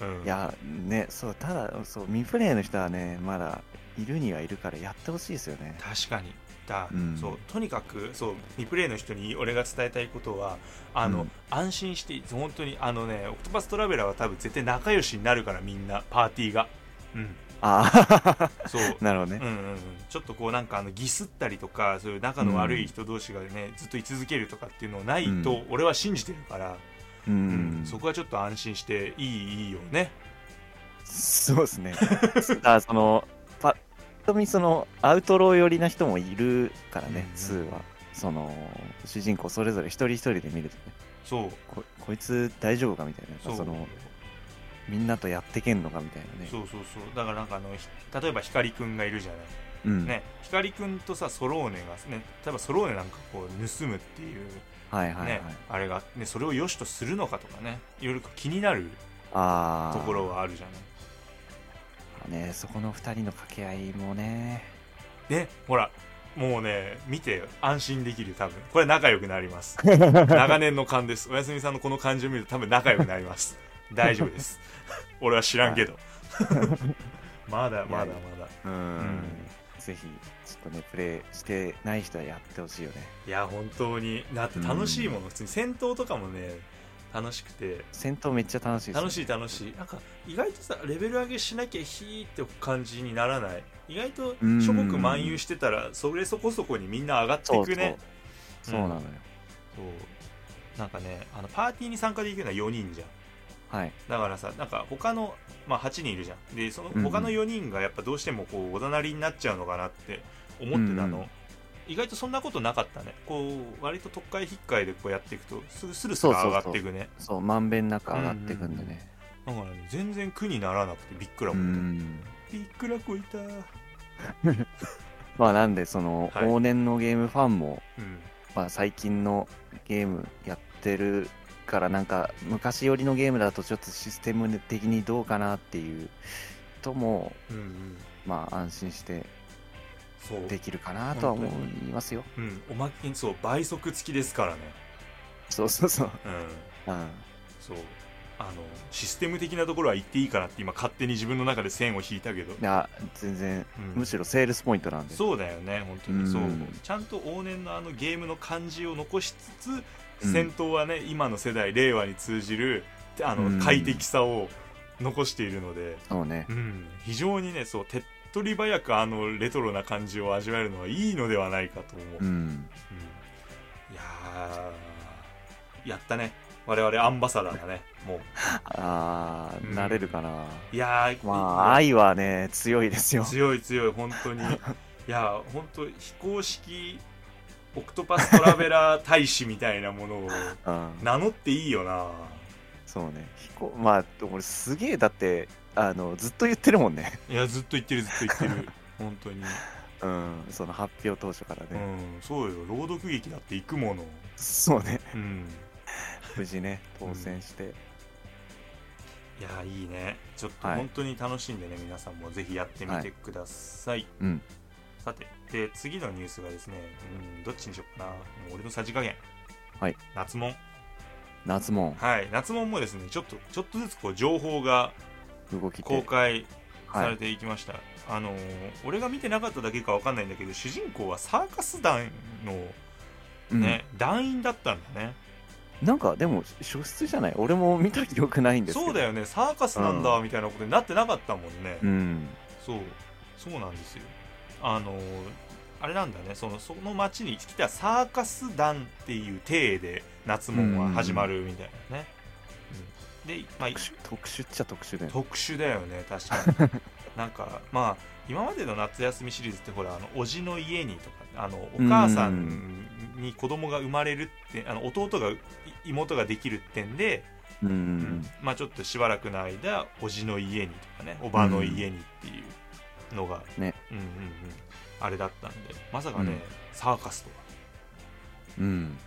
うんいやねそうただそう未プレイの人はねまだいるにはいるからやってほしいですよね確かにだ、うんそうとにかくそうリプレイの人に俺が伝えたいことはあの、うん安心して本当にあのねオクトパストラベラーは多分絶対仲良しになるからみんなパーティーがうんああそう なるほどうんね、うんうん、ちょっとこうなんかあのギスったりとかそういう仲の悪い人同士がね、ずっと居続けるとかっていうのないと俺は信じてるから、うんうんそこはちょっと安心していいいいよねそうですねあそのパッと見そのアウトロー寄りな人もいるからね、うん2はその主人公それぞれ一人一人で見るとねそうここいつ大丈夫かみたいなそうそのみんなとやってけんのかみたいなねそうそうそうだからなんかあのひ例えば光くんがいるじゃないうんね、光くんとさソローネがね例えばソローネなんかこう盗むっていう、ねはいはいはい、あれが、ね、それを良しとするのかとかねいろいろ気になるああところはあるじゃないねそこの二人の掛け合いもねねほらもうね見て安心できるよ多分これ仲良くなり ます長年の勘ですおやすみさんのこの感じを見ると多分仲良くなり ます大丈夫です俺は知らんけど まだまだまだうんんぜひちょっとねプレイしてない人はやってほしいよねいや本当にだって楽しいもの普通に戦闘とかもね楽しくて戦闘めっちゃ楽しいですね楽しい楽しいなんか意外とさレベル上げしなきゃひーって感じにならない意外とうん諸国漫遊してたらそれそこそこにみんな上がってそいうそくうねそうなのよ、そうなんかねあのパーティーに参加できるのは4人じゃんはいだからさなんか他の、まあ、8人いるじゃんでそのうん他の4人がやっぱどうしてもこうおざなりになっちゃうのかなって思ってたの、うん意外とそんなことなかったねこう割と特会引っかいでこうやっていくとすぐするする上がっていくねそうまんべんなく上がっていくんでねだからね全然苦にならなくてびっくらうこいんた、びっくらこいたまあなんでその、はい往年のゲームファンも、うんまあ、最近のゲームやってるからなんか昔寄りのゲームだとちょっとシステム的にどうかなっていう人もうんうんまあ安心してそうできるかなとは思いますようん、おまけにそう倍速付きですからねそうそうそううんうんそうあのシステム的なところは言っていいかなって今勝手に自分の中で線を引いたけど、いや全然うんむしろセールスポイントなんで、そうだよね本当にそううんちゃんと往年のあのゲームの感じを残しつつ、うん戦闘はね今の世代令和に通じるあの、うん快適さを残しているので、そうねうん、非常にねそう手っ取り早くあのレトロな感じを味わえるのはいいのではないかと思う、ううんんいやーやったね我々アンバサダーだねもうああ、うん慣れるかな、いやーまあ愛はね強いですよ強い強い本当にいや本当非公式オクトパストラベラー大使みたいなも のをうん名乗っていいよなそうね飛行まあ俺すげえだってあのずっと言ってるもんね、いやずっと言ってるずっと言ってる 本当にうん、その発表当初からうね、んそうよ朗読劇だって行くものそうねうん無事ね当選して、いやいいねちょっとはい本当に楽しんでね、皆さんもぜひやってみてください、うんさてで次のニュースがですね、うん、どっちにしようかなもう俺のさじ加減はい夏門夏もはい夏門もですねちょっとちょっとずつこう情報が動き公て開さはれい、ていきました、あのー俺が見てなかっただけかわかんないんだけど主人公はサーカス団のうんね、団員だったんだねなんかでも初出じゃない俺も見た記憶ないんですけどそうだよねサーカスなんだうみたいなことになってなかったもんね、うんそうそうなんですよあのーあれなんだねそのその町に来たサーカス団っていう体で夏門は始まるみたいなね、うんで、まあ、特殊特殊っちゃ特殊だよね特殊だよね確 かになんかまあ今までの夏休みシリーズってほらあのおじの家にとかあのお母さんに子供が生まれるってあの弟がい妹ができるってんで、うん、まあ、ちょっとしばらくの間おじの家にとかねおばの家にっていうのが、ねうんうんうん、あれだったんでまさかね、うんサーカスとか、うん、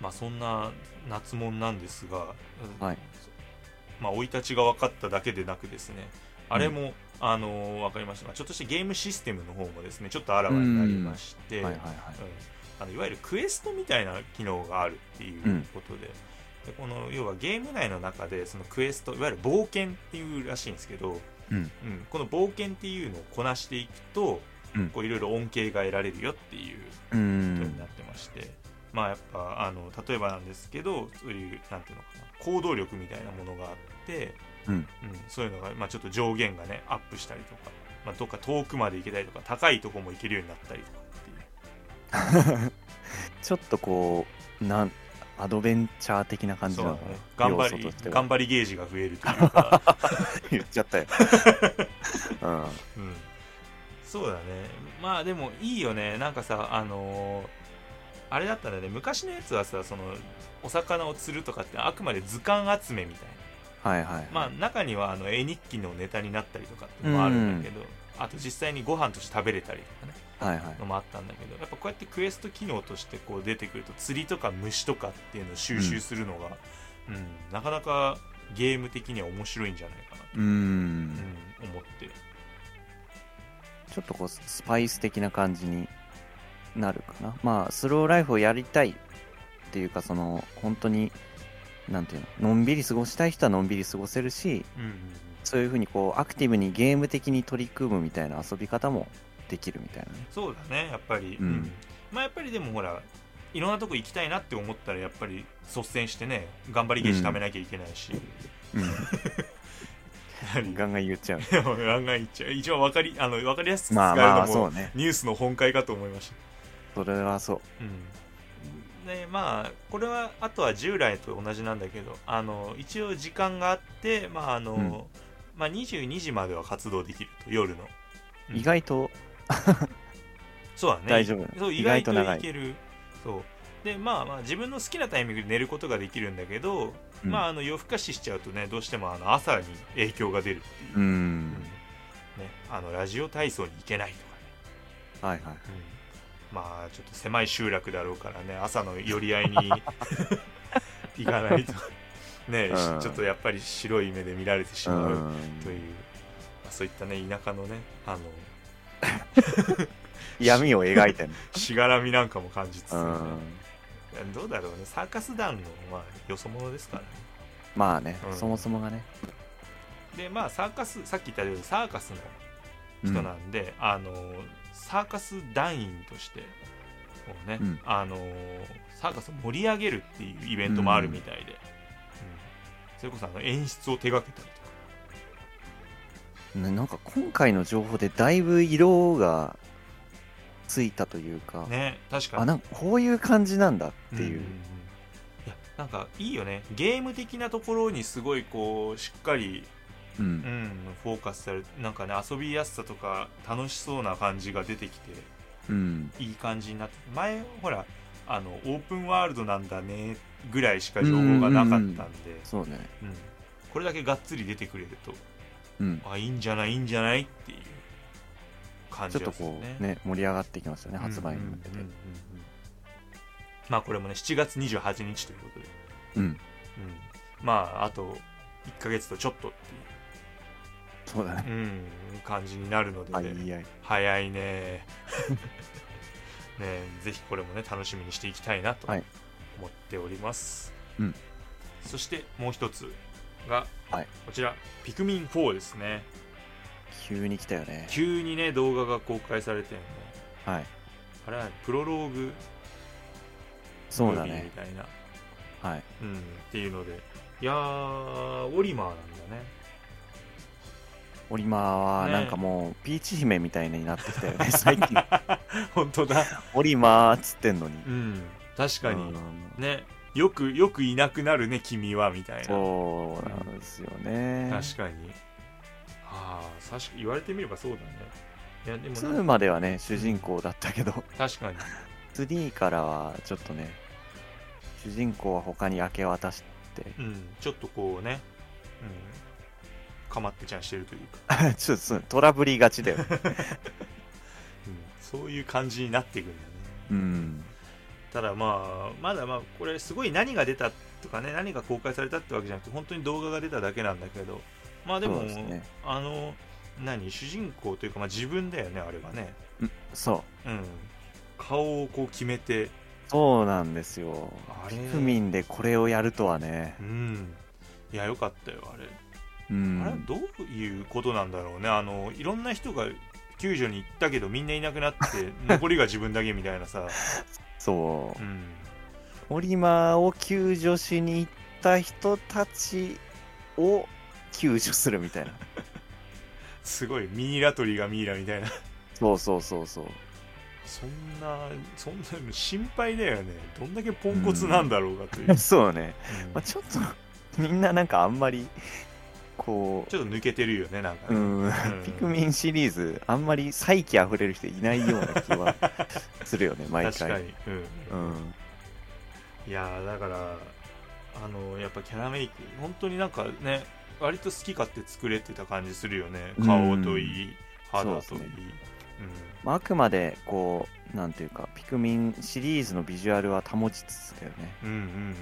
まあ、そんな夏もんなんですが、はいまあ生い立ちが分かっただけでなくですねあれも、あのー分かりましたがちょっとしたゲームシステムの方もですねちょっとあらわになりまして、はいはいはういんあのいわゆるクエストみたいな機能があるっていうことで,、でこの要はゲーム内の中でそのクエストいわゆる冒険っていうらしいんですけど、うんうんこの冒険っていうのをこなしていくと、うんこういろいろ恩恵が得られるよっていううことになんってまして、まあやっぱあの例えばなんですけどそういうなんていうのかな行動力みたいなものがあって、うんそういうのが、まあ、ちょっと上限がねアップしたりとか、まあ、どっか遠くまで行けたりとか高いとこも行けるようになったりとかっていうちょっとこうなんアドベンチャー的な感じそうなだのねか頑な張要素りとしては頑張りゲージが増えるという か、言っちゃっ たよ、うん、うん、そうだねまあでもいいよねなんかさあのーあれだったんだね昔のやつはさそのお魚を釣るとかってあくまで図鑑集めみたいなはいはいまあ、中にはあの絵日記のネタになったりとかってのもあるんだけど、あと実際にご飯として食べれたりとかねはいはいのもあったんだけどやっぱこうやってクエスト機能としてこう出てくると釣りとか虫とかっていうのを収集するのが、うんなかなかゲーム的には面白いんじゃないかなと、うーんうん思ってちょっとこうスパイス的な感じになるかなまあスローライフをやりたいっていうかその本当になんていうののんびり過ごしたい人はのんびり過ごせるしうんうんうんそういうふうにこうアクティブにゲーム的に取り組むみたいな遊び方もできるみたいなねそうだねやっぱり、うんまあやっぱりでもほらいろんなとこ行きたいなって思ったらやっぱり率先してね頑張りゲージ貯めなきゃいけないし、やはり ガンガン言っちゃうでも案外一応一応分かりあの分かりやす く使まあえるのも、まあそうねニュースの本会かと思いました、それはそううん、でまあこれはあとは従来と同じなんだけどあの一応時間があって、まああのうんまあ、22時までは活動できると夜のうん意外とそうだね大丈夫そう意意外と外とい長いけるそうでまあまあ自分の好きなタイミングで寝ることができるんだけど、うんまああの夜更かししちゃうとねどうしてもあの朝に影響が出るっていう、ううんんね、あのラジオ体操に行けないとかねはいはういんまあちょっと狭い集落だろうからね朝の寄り合い に行かないとね、しうんちょっとやっぱり白い目で見られてしうまうんという、まあそういったね田舎のねあの闇を描いてる、しがらみなんかも感じつつ、うねん、どうだろうねサーカス団の、まあ、よそ者ですからねまあね、うんそもそもがねでまあサーカスさっき言ったようにサーカスの人なんで、あのサーカス団員としてこうね、うんあのサーカスを盛り上げるっていうイベントもあるみたいで、うんそれこそあの演出を手掛けたりとかねなんか今回の情報でだいぶ色がついたというか、ね確かにあなんかこういう感じなんだっていんう、んんいやなんかいいよねゲーム的なところにすごいこうしっかり、うんうん、フォーカスされるなんかね遊びやすさとか楽しそうな感じが出てきてうんいい感じになって前ほらあのオープンワールドなんだねぐらいしか情報がなかったんで、そうねうんこれだけがっつり出てくれるとうん、あいいんじゃないいいんじゃないっていう感ちじょでっとすよこねうね盛り上がってきましたね発売うんにうんう向んけうんうてんまあこれもね7月28日ということで、うんうん、まああと1ヶ月とちょっとってそうだいねう、うん、感じになるので、あいいあい早いね ねぜひこれもね楽しみにしていきたいなとはい思っております、うんそしてもう一つが、はいこちら「ピクミン4」ですね急に来たよね急にね動画が公開されてんねはいあれはプロローグそうムだービーみねたいなう,、はいんっていうのでいやーオリマーなんだね オリマーはねなんかもうピーチ姫みたいになってきたよね 最近本当だオリマーっつってんのにうん確かうにんねよくよくいなくなるね君はみたいなそうなんですよね確かにああ確か言われてみればそうだねいやでもな2まではね主人公だったけど確かに 3からはちょっとね主人公は他に明け渡して うんちょっとこうねうんかまってちゃんしてるというか、ちょっとそうトラブりがちだよね うん、そういう感じになっていくんだよねうんただまあまだまあこれすごい何が出たとかね何が公開されたってわけじゃなくて本当に動画が出ただけなんだけどまあでもそうですねあの何主人公というか、まあ、自分だよねあれはねそううん顔をこう決めてそうなんですよあれピクミンでこれをやるとはねうんいやよかったよあれあうれんどういうことなんだろうねあのいろんな人が救助に行ったけどみんないなくなって 残りが自分だけみたいなさ、そううん、オリマーを救助しに行った人たちを救助するみたいなすごいミイラ取りがミイラみたい なそうそうそうそうそんなそんな心配だよねどんだけポンコツなんだろうかという、うんそうね、 まあ、ちょっとみんななんかあんまりこちょっと抜けてるよねなんかううね、んピクミンシリーズあんまり再起あふれる人いないような気 はするよね毎確か回に、うんうんいやーだからあのやっぱキャラメイク本当になんかね割と好き勝手作れてた感じするよねうん顔といい、肌とそいういですまああくまでこうなんていうかピクミンシリーズのビジュアルは保ちつつだよねうん、うんうんうんうん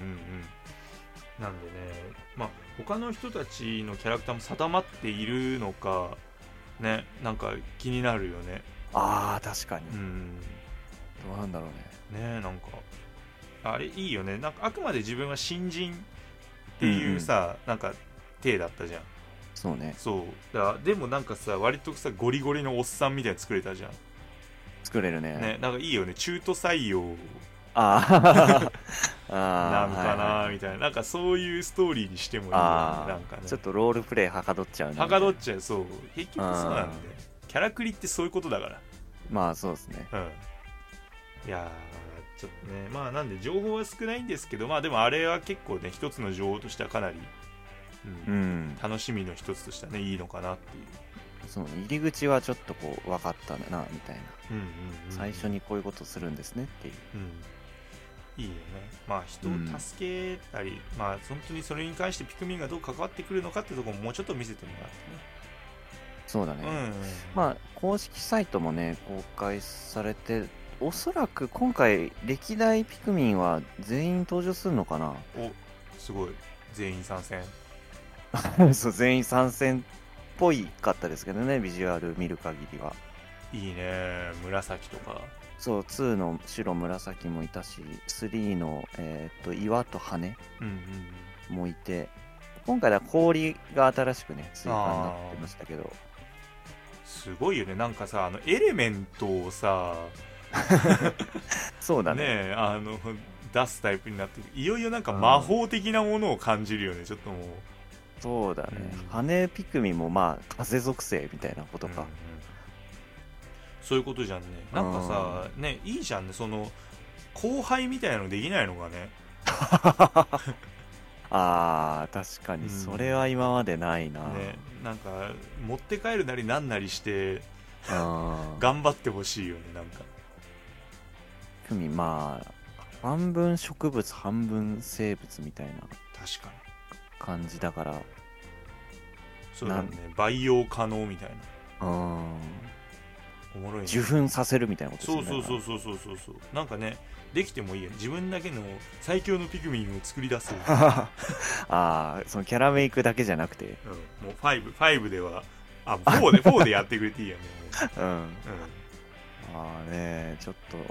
なんでねまあ他の人たちのキャラクターも定まっているのかねなんか気になるよねあー確かに、うんどうなんだろうねねなんかあれいいよねなんかあくまで自分は新人っていうさ、なんか体だったじゃんそうねそうだでもなんかさ割とさゴリゴリのおっさんみたいに作れたじゃん、作れるねね、なんかいいよね中途採用あ あなあのーかはいなはいみたいな、なんかそういうストーリーにしてもいいよねあなんかねあちょっとロールプレイはかどっちゃうねはかどっちゃうそう結局そうなんでキャラクリってそういうことだかまあそうですねらうんいやーちょっとねまあなんで情報は少ないんですけどまあでもあれは結構ね一つの情報としてはかなり、ううんん楽しみの一つとしてはねいいのかなっていう、そうね入り口はちょっとこう分かったなみたいなうんうんうん最初にこういうことするんですねっていういいよねまあ人を助けたり、まあ本当にそれに関してピクミンがどう関わってくるのかってところももうちょっと見せてもらっそうだね、てね、うんまあ公式サイトもね公開されておそらく今回歴代ピクミンは全員登場するの かなおすごい全員参戦そう全員参戦っぽいかったですけどねビジュアル見る限りはいいね紫とかそう2の白紫もいたし3の、えーっと岩と羽うんうんもいて今回は氷が新しくね追加になってましたけどすごいよねなんかさあのエレメントをさそうだねねあの出すタイプになっていよいよなんか魔法的なものを感じるよねちょっともうそうだね、うん羽ピクミンもまあ風属性みたいなことうんかうん、そういうことじゃんねなんかさ、ねいいじゃんねその後輩みたいなのできないのかねあー確かうんにそれは今までないな、ねなんか持って帰るなりなんなりしてあーピ頑張ってほしいよねなんかクミンまあ半分植物半分生物みたいな確か感じだからそうだね培養可能みたいなうんおもろいね受粉させるみたいなことですそようねそうそうそうそうそうそうなんかねできてもいいよ自分だけの最強のピクミンを作り出す、うん、もああそのキャラメイクだけじゃなくてう5 5ではあ4で4でや ってくれていいよね、うんあもううん、あねちょっとちょっ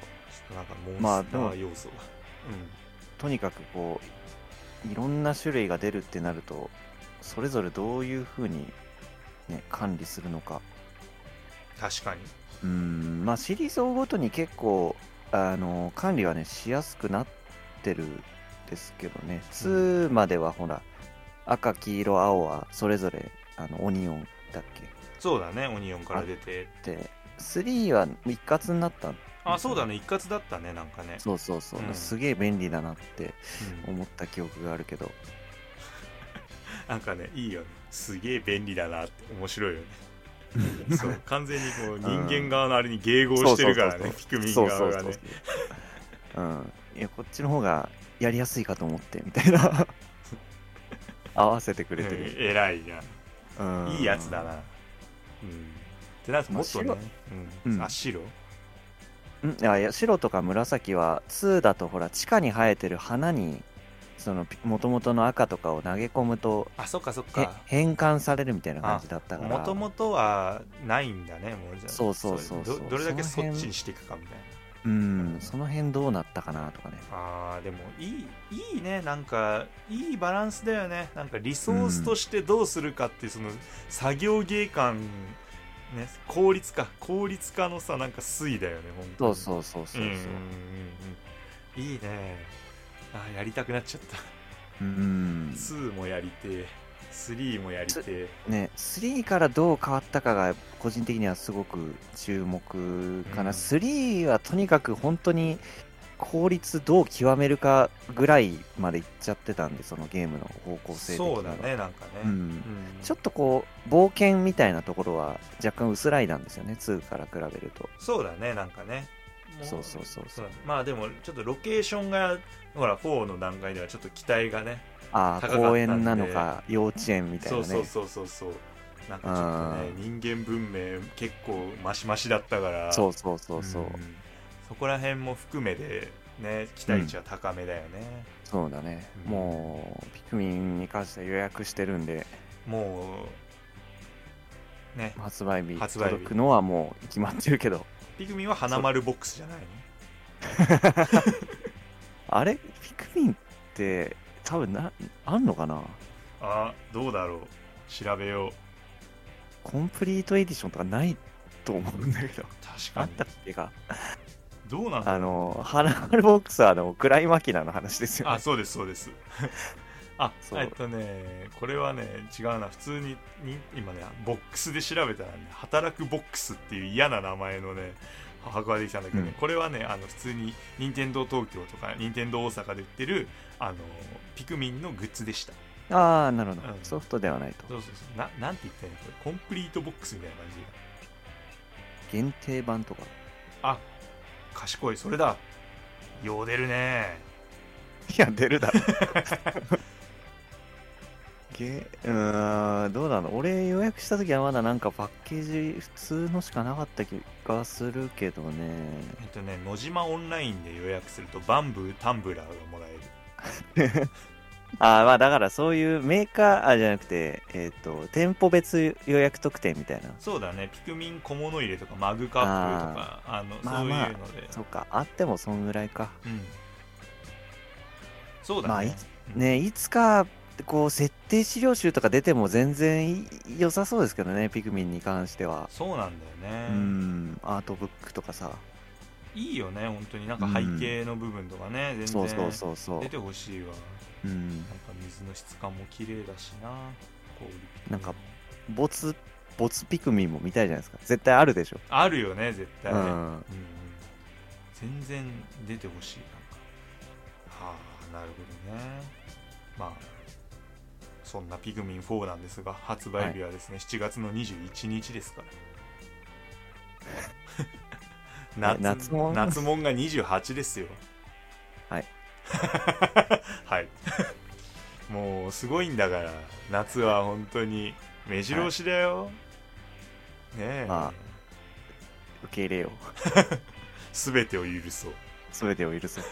となんかモまあンスタでもー要素が、とにかくこういろんな種類が出るってなるとそれぞれどういうふうに、ね、管理するのかうん、確かにうんまあシリーズごとに結構あの管理はねしやすくなってるんですけどね2まではほら、赤黄色青はそれぞれあのオニオンだっそうだねオニオンから出てけで3は一括になったあそうだね一括だったねなんかね、そうそうそう、うんすげえ便利だなってうん思った記憶があるけどなんかねいいよねすげえ便利だなって面白いよ ねそう完全にこう人間側のあれに迎合してるからね、ピクミンそう側そがうねそうそうそううんいやこっちの方がやりやすいかと思ってみたい な合わせてくれてうんる、偉いじゃんうんいいやつだな。うん。ってなるともっとねまあ、うんうんあ、白うんいやいや白とか紫は2だとほら地下に生えてる花にそのもともとの赤とかを投げ込むとあ、そっかそっへか。変換されるみたいな感じだったからもともとはないんだね、もうじゃあそうそうそうそうどどれだけそそっの辺ちにしていくかみたいうんその辺どうなったかなとかねな。あーでもいいいいねなんかいいバランスだよねなんかリソースとしてどうするかっていうその作業芸感ね効率化効率化のさなんか推移だよね本当そにうそうそうそうそううんうんうんいいねあーやりたくなっちゃったうん2もやりてえ3もやりてえね、3からどう変わったかが個人的にはすごく注目かな、うん3はとにかく本当に効率どう極めるかぐらいまでいっちゃってたんでそのゲームの方向性的にはそうだねなんかね、うんうんちょっとこう冒険みたいなところは若干薄らいだんですよね2から比べるとそうだねなんかねもそうそうそうそうだねまあでもちょっとロケーションがほら4の段階ではちょっと期待がねあ高あかったんで公園なのか幼稚園みたいなそうねそうそうそうそうなんかちょっとね人間文明結構マシマシだったからそうそうそうそうんそこら辺も含めてね期待値は高めだよね、そうだね、うんもうピクミンに関しては予約してるんでもうね発売日発売日届くのはもう決まってるけどピグミンは花丸ボックスじゃないのあれピクミンって多分なあんのかなあどうだろう調べようコンプリートエディションとかないと思うんだけど確あかっにたっけかどうなんだあのハラハルボックスはあのクライマキナの話ですよねあそうですそうです あそうえっとねこれはね違うな普通にに今ねボックスで調べたらね「働くボックス」っていう嫌な名前のね箱ができたんだけどね、うんこれはねあの普通に任天堂東京とか任天堂大阪で売ってるあのピクミンのグッズでしたああなるほど、うんソフトではないとそうそうそうななんて言ったらいいのこれコンプリートボックスみたいな感じ限定版とかあ賢いそれだよう出るねいや出 るだろげうーんどうなの俺予約した時はまだなんかパッケージ普通のしかなかった気がするけどねえっとね野島オンラインで予約するとバンブータンブラーがもらえるあーまあだからそういうメーカーあじゃなくて、えっと店舗別予約特典みたいなそうだねピクミン小物入れとかマグカップとかあの、まあまあそういうので、そっかあってもそんぐらいかうん、そうだね、まあいうんねいつかこう設定資料集とか出ても全然い良さそうですけどねピクミンに関してはそうなんだよねう、んアートブックとかさいいよね本当になんか背景の部分とかね、全そう然そうそうそ出てほしいわなんかううん水の質感も綺麗だしな氷なんかボツボツピクミンも見たいじゃないですか絶対あるでしょあるよね絶う対、うんん全然出てほしいなんかはあなるほどねまあそんなピグミン4なんですが発売日はですね、7月の21日ですからね夏もん夏もんが28ですよはい はいもうすごいんだから夏は本当にう目白押しだよ、ねえ、ま受け入れよう全てを許そう全てを許そう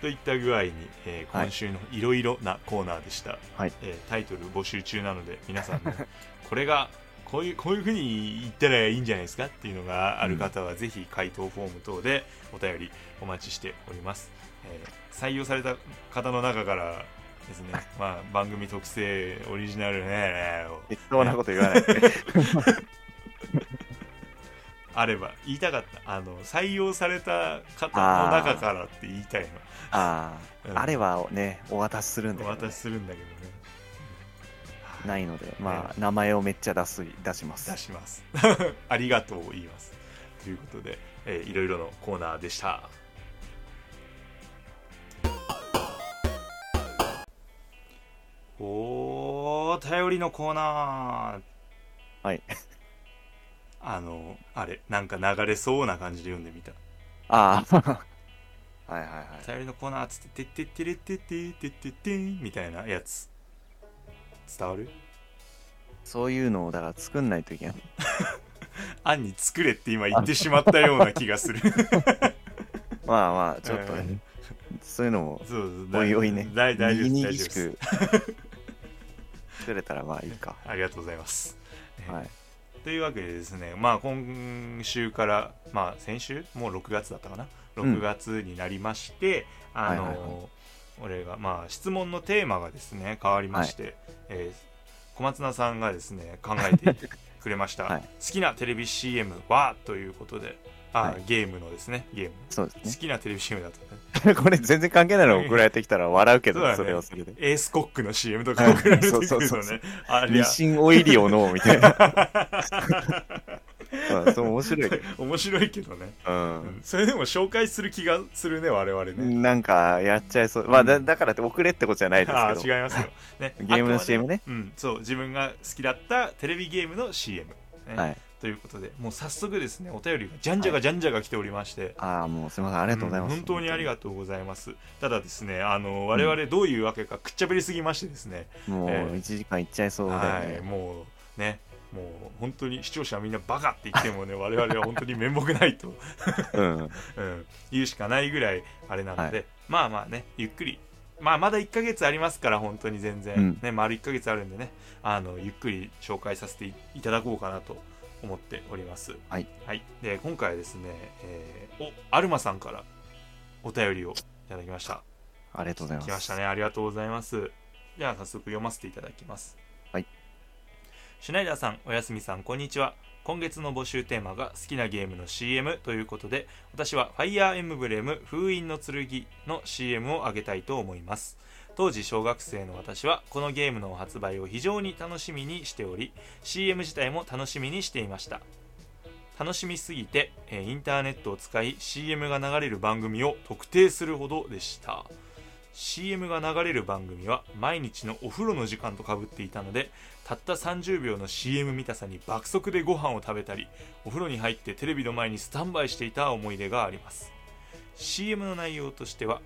といった具合に、えーはい今週のいろいろなコーナーでした、はいえータイトル募集中なので皆さんね これがこういうこういうふうに言ったらいいんじゃないですかっていうのがある方はぜひ回答フォーム等でお便りお待ちしております、えー採用された方の中からですね、まあ、番組特製オリジナルねねを適当なこと言わないで あれば言いたかったあの採用された方の中からって言いたいああ、うんあれはねお渡しするんだのけおど渡ね、しするんだけどねないいのでまあ、名前をめっちゃ出す出します出します ありがとうを言いますということで、えーいろいろのコーナーでしたおー頼りのコーナーはい あのあれなんか流れそうな感じで読んでみたああ はいはいはい頼りのコーナーっつって「てってってれってってってってってん」みたいなやつ伝わるそういうのをだから作ん ないといけないあんに作れって今言ってしまったような気が するまあまあちょっとね、そういうのもそうそうおいおいね 大大丈夫ですに大ぎ丈し夫ですく作れたらまあいい かありがとうございます、はいというわけでですね、まあ、今週から、まあ、先週もう6月だったかなうん6月になりまして、あの、はいはいは俺が、まあ、質問のテーマがですね変わりまして、えー小松菜さんがですね考えてくれました、 はい好きなテレビ CM はということであ、はいゲームのですねゲームそうで好すきなテレビ CM だと、ね、ね これ全然関係ないの送られてきたら笑うけどそうだねそれをするでエースコックの CM とか送られてくるそうそのうそうねありゃ日清オイリオのみたいなうんそう面白いけど 面白いけどね、ううんんそれでも紹介する気がするね我々ね、なんかやっちゃいそうまあだだからって遅れってことじゃないですああけど違いますよ、ね、ゲームのあくまで CM ねうんそう自分が好きだったテレビゲームの CM、ねはいということでもう早速ですねお便りがじゃんじゃがじゃんじゃが来ておりまして、ああもうすみませんありがとうございます、うん本当にありがとうございますただですねあの我々どういうわけかくっちゃべりすぎましてですね、もうええ1時間いっちゃいそうだよはいね、もうねもう本当に視聴者はみんなバカって言ってもね我々は本当に面目ないと、うんうん、言うしかないぐらいあれなので、まあまあねゆっくりまあまだ1ヶ月ありますから本当に全然、うんね丸1ヶ月あるんでねあのゆっくり紹介させていいただこうかなと思っておりますはい、で今回はですね、えーおアルマさんからお便りをいただきましたありがとうございます 来ましたねありがとうございますでは早速読ませていただきますはいシュナイダーさんおやすみさんこんにちは今月の募集テーマが好きなゲームの CM ということで私は「ファイヤーエンブレム封印の剣」の CM をあげたいと思います当時小学生の私はこのゲームの発売を非常に楽しみにしており CM 自体も楽しみにしていました楽しみすぎて、えーインターネットを使い CM が流れる番組を特定するほどでした CM が流れる番組は毎日のお風呂の時間とかぶっていたのでたった30秒の CM 見たさに爆速でご飯を食べたりお風呂に入ってテレビの前にスタンバイしていた思い出があります CM の内容としては、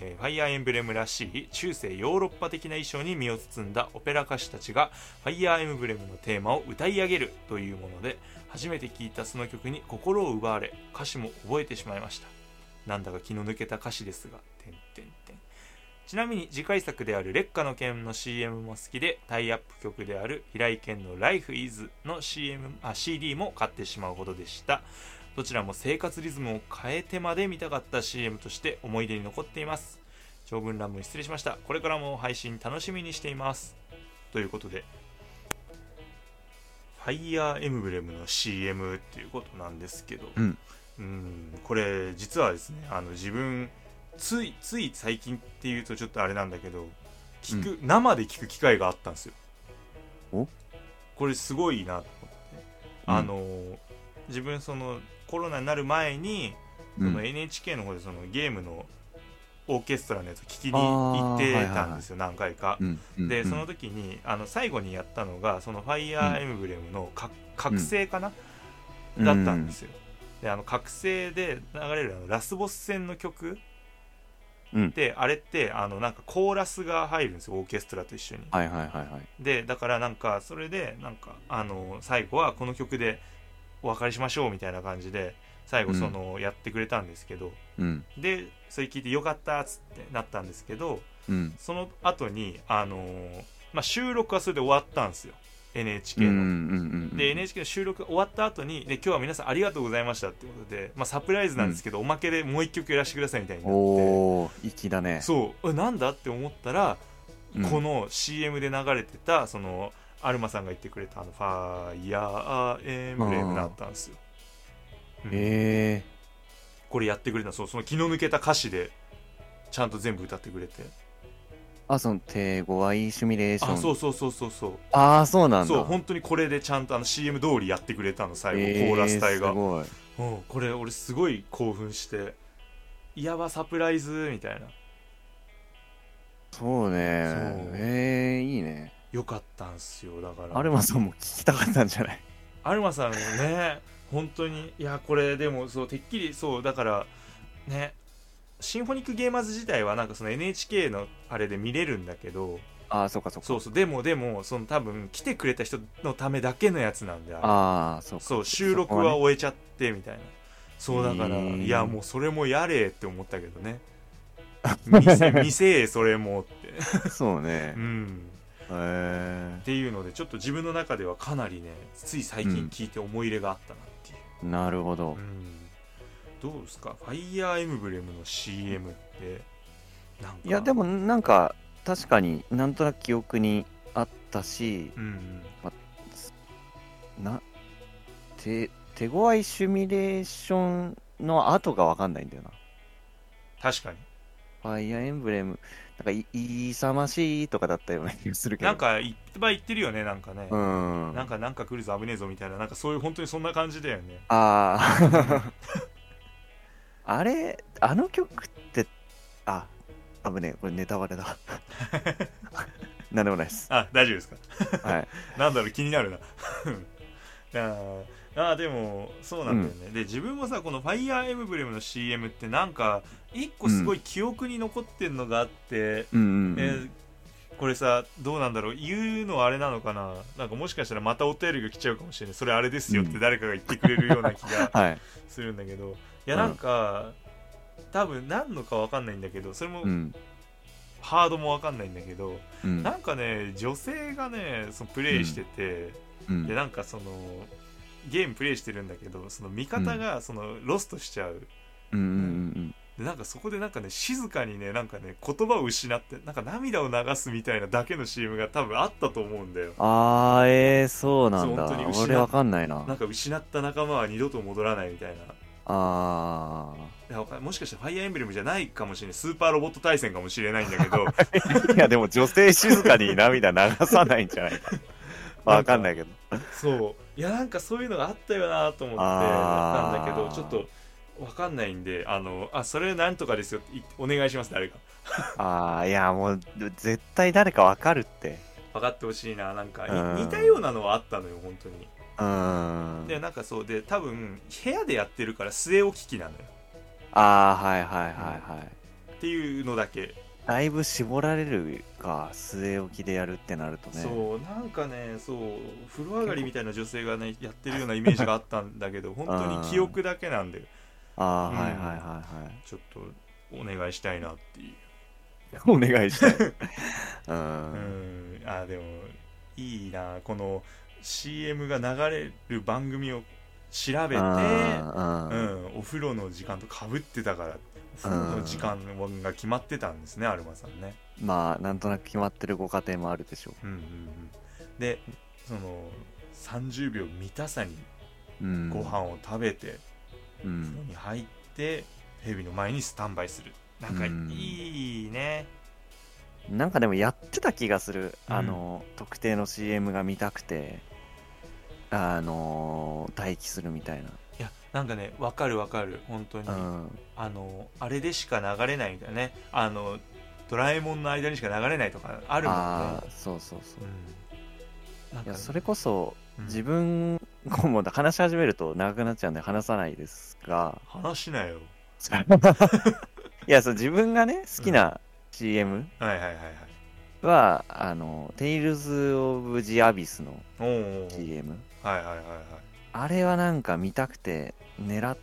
えーファイアーエンブレムらしい中世ヨーロッパ的な衣装に身を包んだオペラ歌手たちがファイアーエンブレムのテーマを歌い上げるというもので初めて聴いたその曲に心を奪われ歌詞も覚えてしまいましたなんだか気の抜けた歌詞ですが点点点ちなみに次回作である「劣化の剣」の CM も好きでタイアップ曲である平井堅の「Life is」の CM あ CD も買ってしまうほどでしたどちらも生活リズムを変えてまで見たかった CM として思い出に残っています長文乱文失礼しましたこれからも配信楽しみにしていますということで「ファイヤーエムブレム」の CM っていうことなんですけどうんうんこれ実はですねあの自分ついつい最近っていうとちょっとあれなんだけど聞く、生で聞く機会があったんですよおこれすごいなと思って、うんあの自分そのコロナになる前に、うそのん NHK の方でそのゲームのオーケストラのやつを聞きに行ってたんですよ、何回か、うんうんでその時にあの最後にやったのがそのファイアーエムブレムのか覚醒かな、だったんですよ、であの覚醒で流れるあのラスボス戦の曲うん。であれってあのなんかコーラスが入るんですよオーケストラと一緒にはいはいはいはい。でだからなんかそれでなんかあの最後はこの曲でお別れしましょうみたいな感じで最後そのやってくれたんですけど、うん。でそれ聞いてよかったっつってなったんですけどうん。その後にあのまあ、収録はそれで終わったんですよ NHK うんの。うんうん。で NHK の収録が終わった後にで今日は皆さんありがとうございましたってことで、まあ、サプライズなんですけど、おまけでもう一曲やらせてくださいみたいになっておー、粋だね。そうえなんだって思ったら、うんこの CM で流れてたそのアルマさんが言ってくれたあの「ファイヤーエンブレム」だったんですよ、うんへえ。これやってくれたそうその気の抜けた歌詞でちゃんと全部歌ってくれてあ、その、手ごわいシミュレーション。あそうそうそうそうそうああ、そうなんだ。そう本当にこれでちゃんとあの CM 通りやってくれたの最後、えーコーラス隊がすごい。うん、これ俺すごい興奮して「いやばサプライズ」みたいなそうね。そうええ、いいね。よかったんすよだからアルマさんも聞きたかったんじゃないアルマさんもね本当にいやこれでもそうてっきりそうだからねシンフォニックゲーマーズ自体はなんかその NHK のあれで見れるんだけどああ、そうかそうか。そうそうでもでもその多分来てくれた人のためだけのやつなんであれああ、そうか。そう収録は終えちゃってみたいなそうだから、えーいやもうそれもやれって思ったけどね見せ見せえそれもってそうねう。んへえっ。ていうのでちょっと自分の中ではかなりねつい最近聞いて思い入れがあったなっていう、なるほどうん。どうですかファイヤーエムブレムの CM ってなんかいや、でもなんか、確かになんとなく記憶にあったし、うんな、手、手ごわいシミュレーションの後がわかんないんだよな。確かにファイアーエンブレム、なんかい、勇ましいとかだったような気がするけど。なん、かいっぱい言ってるよねなんかね、うん。なんかなんか来るぞ危ねえぞみたいななんかそういう本当にそんな感じだよねああ。 あれ、あの曲って、あ、危ねえ、これネタバレ だ。なんでもないです。あ大丈夫ですかはい。なんだろう気になるな あーあーでもそうなんだよね、で自分もさこの「ファイヤーエムブレムの CM ってなんか一個すごい記憶に残ってんのがあって、うんうんうん、えーこれさどうなんだろう言うのはあれなのかななんかもしかしたらまたお便りが来ちゃうかもしれないそれあれですよっうてん誰かが言ってくれるような気がはい。するんだけ ど、いやうんなんか、多分何のか分かんないんだけどそれもうん。ハードも分かんないんだけど、うん。なんかね女性がねそのプレイしてて、うんでなんかそのゲームプレイしてるんだけどその味方がそのロストしちゃう、うんうんうんでなんかそこでなんかね静かにねなんかね言葉を失ってなんか涙を流すみたいなだけの CM が多分あったと思うんだよああ、えー、そうなんだそう本当に。失う俺わかんないな。なんか失った仲間は二度と戻らないみたいないあやわかもしかしたらファイアーエンブレムじゃないかもしれないスーパーロボット対戦かもしれないんだけ どあ。いや、でも女性静かに涙流さないんじゃな いか。わかんないけど。そういやなんかそういうのがあったよなと思ってあなーんだけどちょっとわかんないんであのあそれなんとかですよっていお願いします誰かああ、いや、もう、絶対誰かわかるって。分かってほしいななんかうんに似たようなのはあったのよ本当にうーん。でなんかそうで多分部屋でやってるから据え置き機なのよああ、はいはいはいはい。っていうのだけ、だいぶ絞られるか、据え置きでやるってなるとね。そうなんかねそう風呂上がりみたいな女性がねやってるようなイメージがあったんだけど本当に記憶だけなんでああ、うんはいはいはいはい。ちょっとお願いしたいなっていうお願いしたい。 う。うんんあでもいいなこの CM が流れる番組を調べてあうーうんん、お風呂の時間とかぶってたからお風呂の時間が決まってたんですねアルマさんね、まあ、なんとなく決まってるご家庭もあるでしょうんうんうん、でその30秒満たさにう。うん。ご飯を食べて、う風呂ん。に入ってヘビの前にスタンバイするなんかうんいいね、なんかでもやってた気がする。うんあの、特定の CM が見たくて、あのー、待機するみたいいやなんかねわかるわかる本当に、な。うん。あのあれでしか流れないみたいなねあのドラえもんの間にしか流れないとかあるもんねああ、そうそうそう。うんなんいかや、それこそ、うん自分、もう話し始 めると長くなっちゃうんで話さないですが、話しなよいいや、そう、自分がね、好きな CM はいはいはいはいは、あの、テイルズ・オブ・ジ・アビスのおーおー CM。はいはいはいはいあれはなんか見たくて、狙っ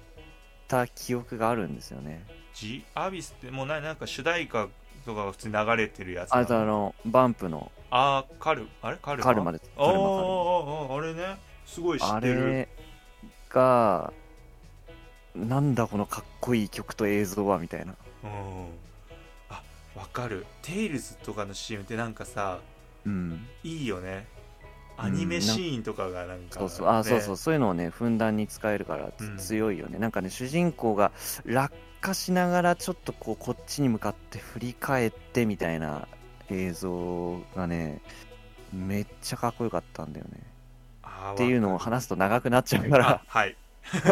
た記憶があるんですよね。ジアビスってもうななんか主題歌とかが普通に流れてるやつあなとあの、バンプのあーカルあれカルマカルマです。あーあカルマーあーあれねすごい知カっルてマあるれが、なんだこのかっこいい曲と映像は、みたいな。うんあわかるテイルズとかの CM ってなんかさうん。いいよねアニメシーンとかがなんか、そねうそう、あ、そうそう、そういうのをね、ふんだんに使えるからつうん強いよね。なんかね、主人公が落下しながら、ちょっとこう、こっちに向かって振り返ってみたいな映像がね、めっちゃかっこよかったんだよね。あーっていうのを話すと長くなっちゃうかあら、はい、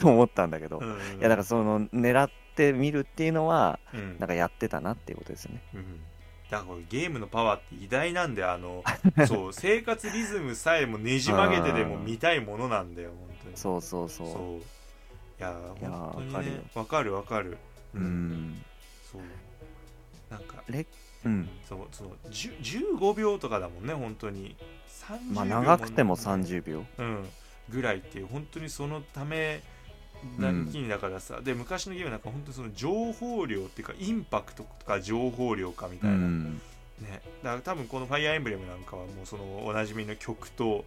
と思ったんだけど。うんいや、だからその、狙ってみるっていうのは、ら、うんなんかやってたなっていうことですよね。うんだからこれゲームのパワーって偉大なんであ のそう生活リズムさえもねじ曲げてでも見たいものなんだよ本当にそうそうそう。そういやいや本当にわかるねよわかるわかるう、ん。そうなんかレうん。そうそのじゅ15秒とかだもんね本当に30まあ、秒長くても30秒。うん、ぐらいっていう本当にそのためなきにだからさ、で昔のゲームなんか本当にその情報量っていうかインパクトとか情報量かみたういな、ん。ね、だから多分この「ファイアーエンブレム」なんかはもうそのおなじみの曲と、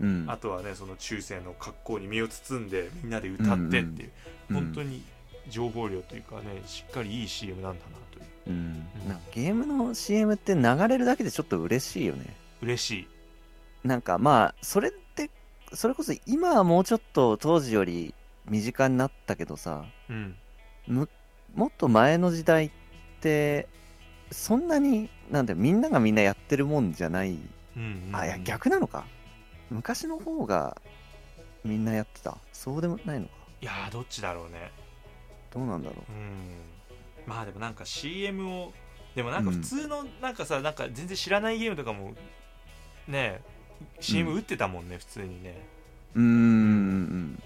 うん。あとはねその中世の格好に身を包んでみんなで歌ってっていう、うん本当に情報量というかねしっかりいい CM なんだなといううん、なんかゲームの CM って流れるだけでちょっと嬉しいよね。嬉しいなんかまあ、それって、それこそ今はもうちょっと当時より身近になったけどさ、うんむもっと前の時代って、そんなに、なんだよみんながみんなやってるもんじゃない。うんうんあ、いや、逆なのか。昔の方がみんなやってた。そうでもないのか。いやーどっちだろうねどうなんだろうんまあでもなんか CM をでもなんか普通のなんかさ、なんか全然知らないゲームとかもね CM うん打ってたもんね、普通にねう。うーん。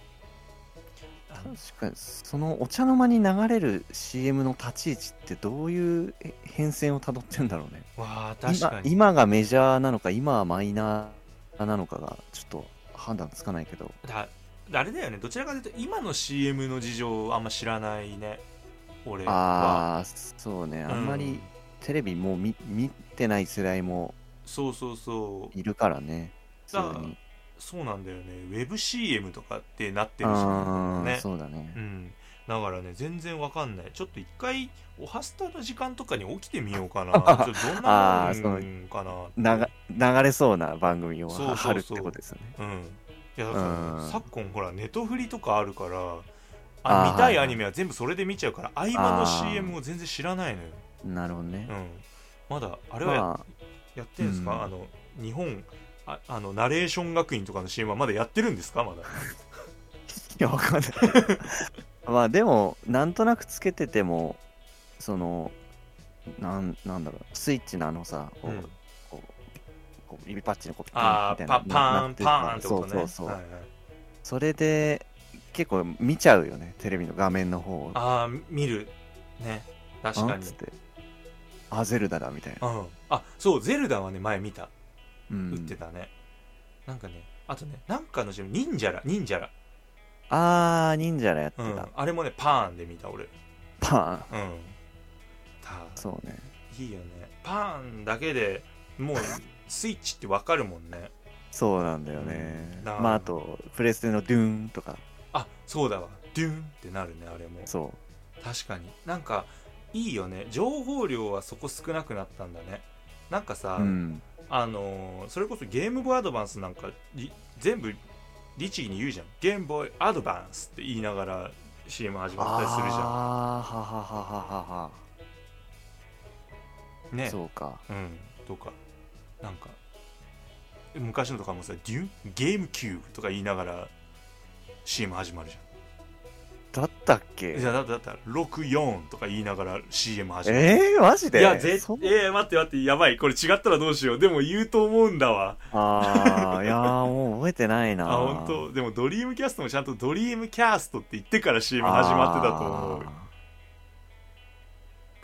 あの確かに、そのお茶の間に流れる CM の立ち位置ってどういうえ変遷をたどってんだろうね。わあ確かに今今がメジャーなのか、今はマイナーなのかが、ちょっと判断つかないけど。だあれだよねどちらかというと今の CM の事情をあんま知らないね俺はああ、そうね。ああんまりテレビもう見見てない世代もそうそうそういるからね。さあ普通にそうなんだよね WebCM とかってなってるしああ、ねそうだねう。んだからね全然わかんないちょっと一回おはスタの時間とかに起きてみよう かなちょっとどんなあーもんかなって流流れそうな番組をそうそうそう貼るってことですよね。うんいやだからうん昨今ほらネトフリとかあるからああー見たいはいはアいニメは全部それで見ちゃうから合間のあー CM を全然知らないのよ、なるほどねう。ん、まだあれはや,、まあ、やってんですか、うんあの日本ああのナレーション学院とかの CM はまだやってるんですかまだいや、わかんない。 まあ、でも、なんとなくつけてても、その、なんなんだろう、スイッチのあのさ、こう、うんこうこう指パッチのこう、ピンあみたーパいな。パーなンってパるーンってことねそうそうそう。はいはいそれで、結構見ちゃうよね、テレビの画面の方を。ああ見るね確かあんにつって。あ、ゼルダだ、みたいな。うん、あそうゼルダはね前見たうん打ってたね、なんかねあとねなんかの CM 忍者ら忍者ら、あー、忍者らやってうた。ん、あれもねパーンで見た俺うんパーン。たそうね。いいよねパーンだけでもうスイッチってわかるもんねそうなんだよね。うんなあまあ、あと、プレステのドゥーンとか、あそうだわドゥーンってなるねあれもそ確かになんかいいよね情報量はそこ少なくなったんだねなんかさ、う。うん。あのーそれこそゲームボーイアドバンスなんかり全部律儀に言うじゃんゲームボーイアドバンスって言いながら CM 始まったりするじゃあーはははははは、んねそうかうんとかなんか昔のとかもさデュゲームキューブとか言いながら CM 始まるじだったゃっんいけやだってだったら64とか言いながら CM 始まるえー、マジでいや、ぜそう、えー、待って待って、やばい、これ違ったらどうしよう。でも言うと思うんだわ。あーいやーもう覚えてないなあ、本当でもドリームキャストもちゃんとドリームキャストって言ってから CM 始まってたと思う。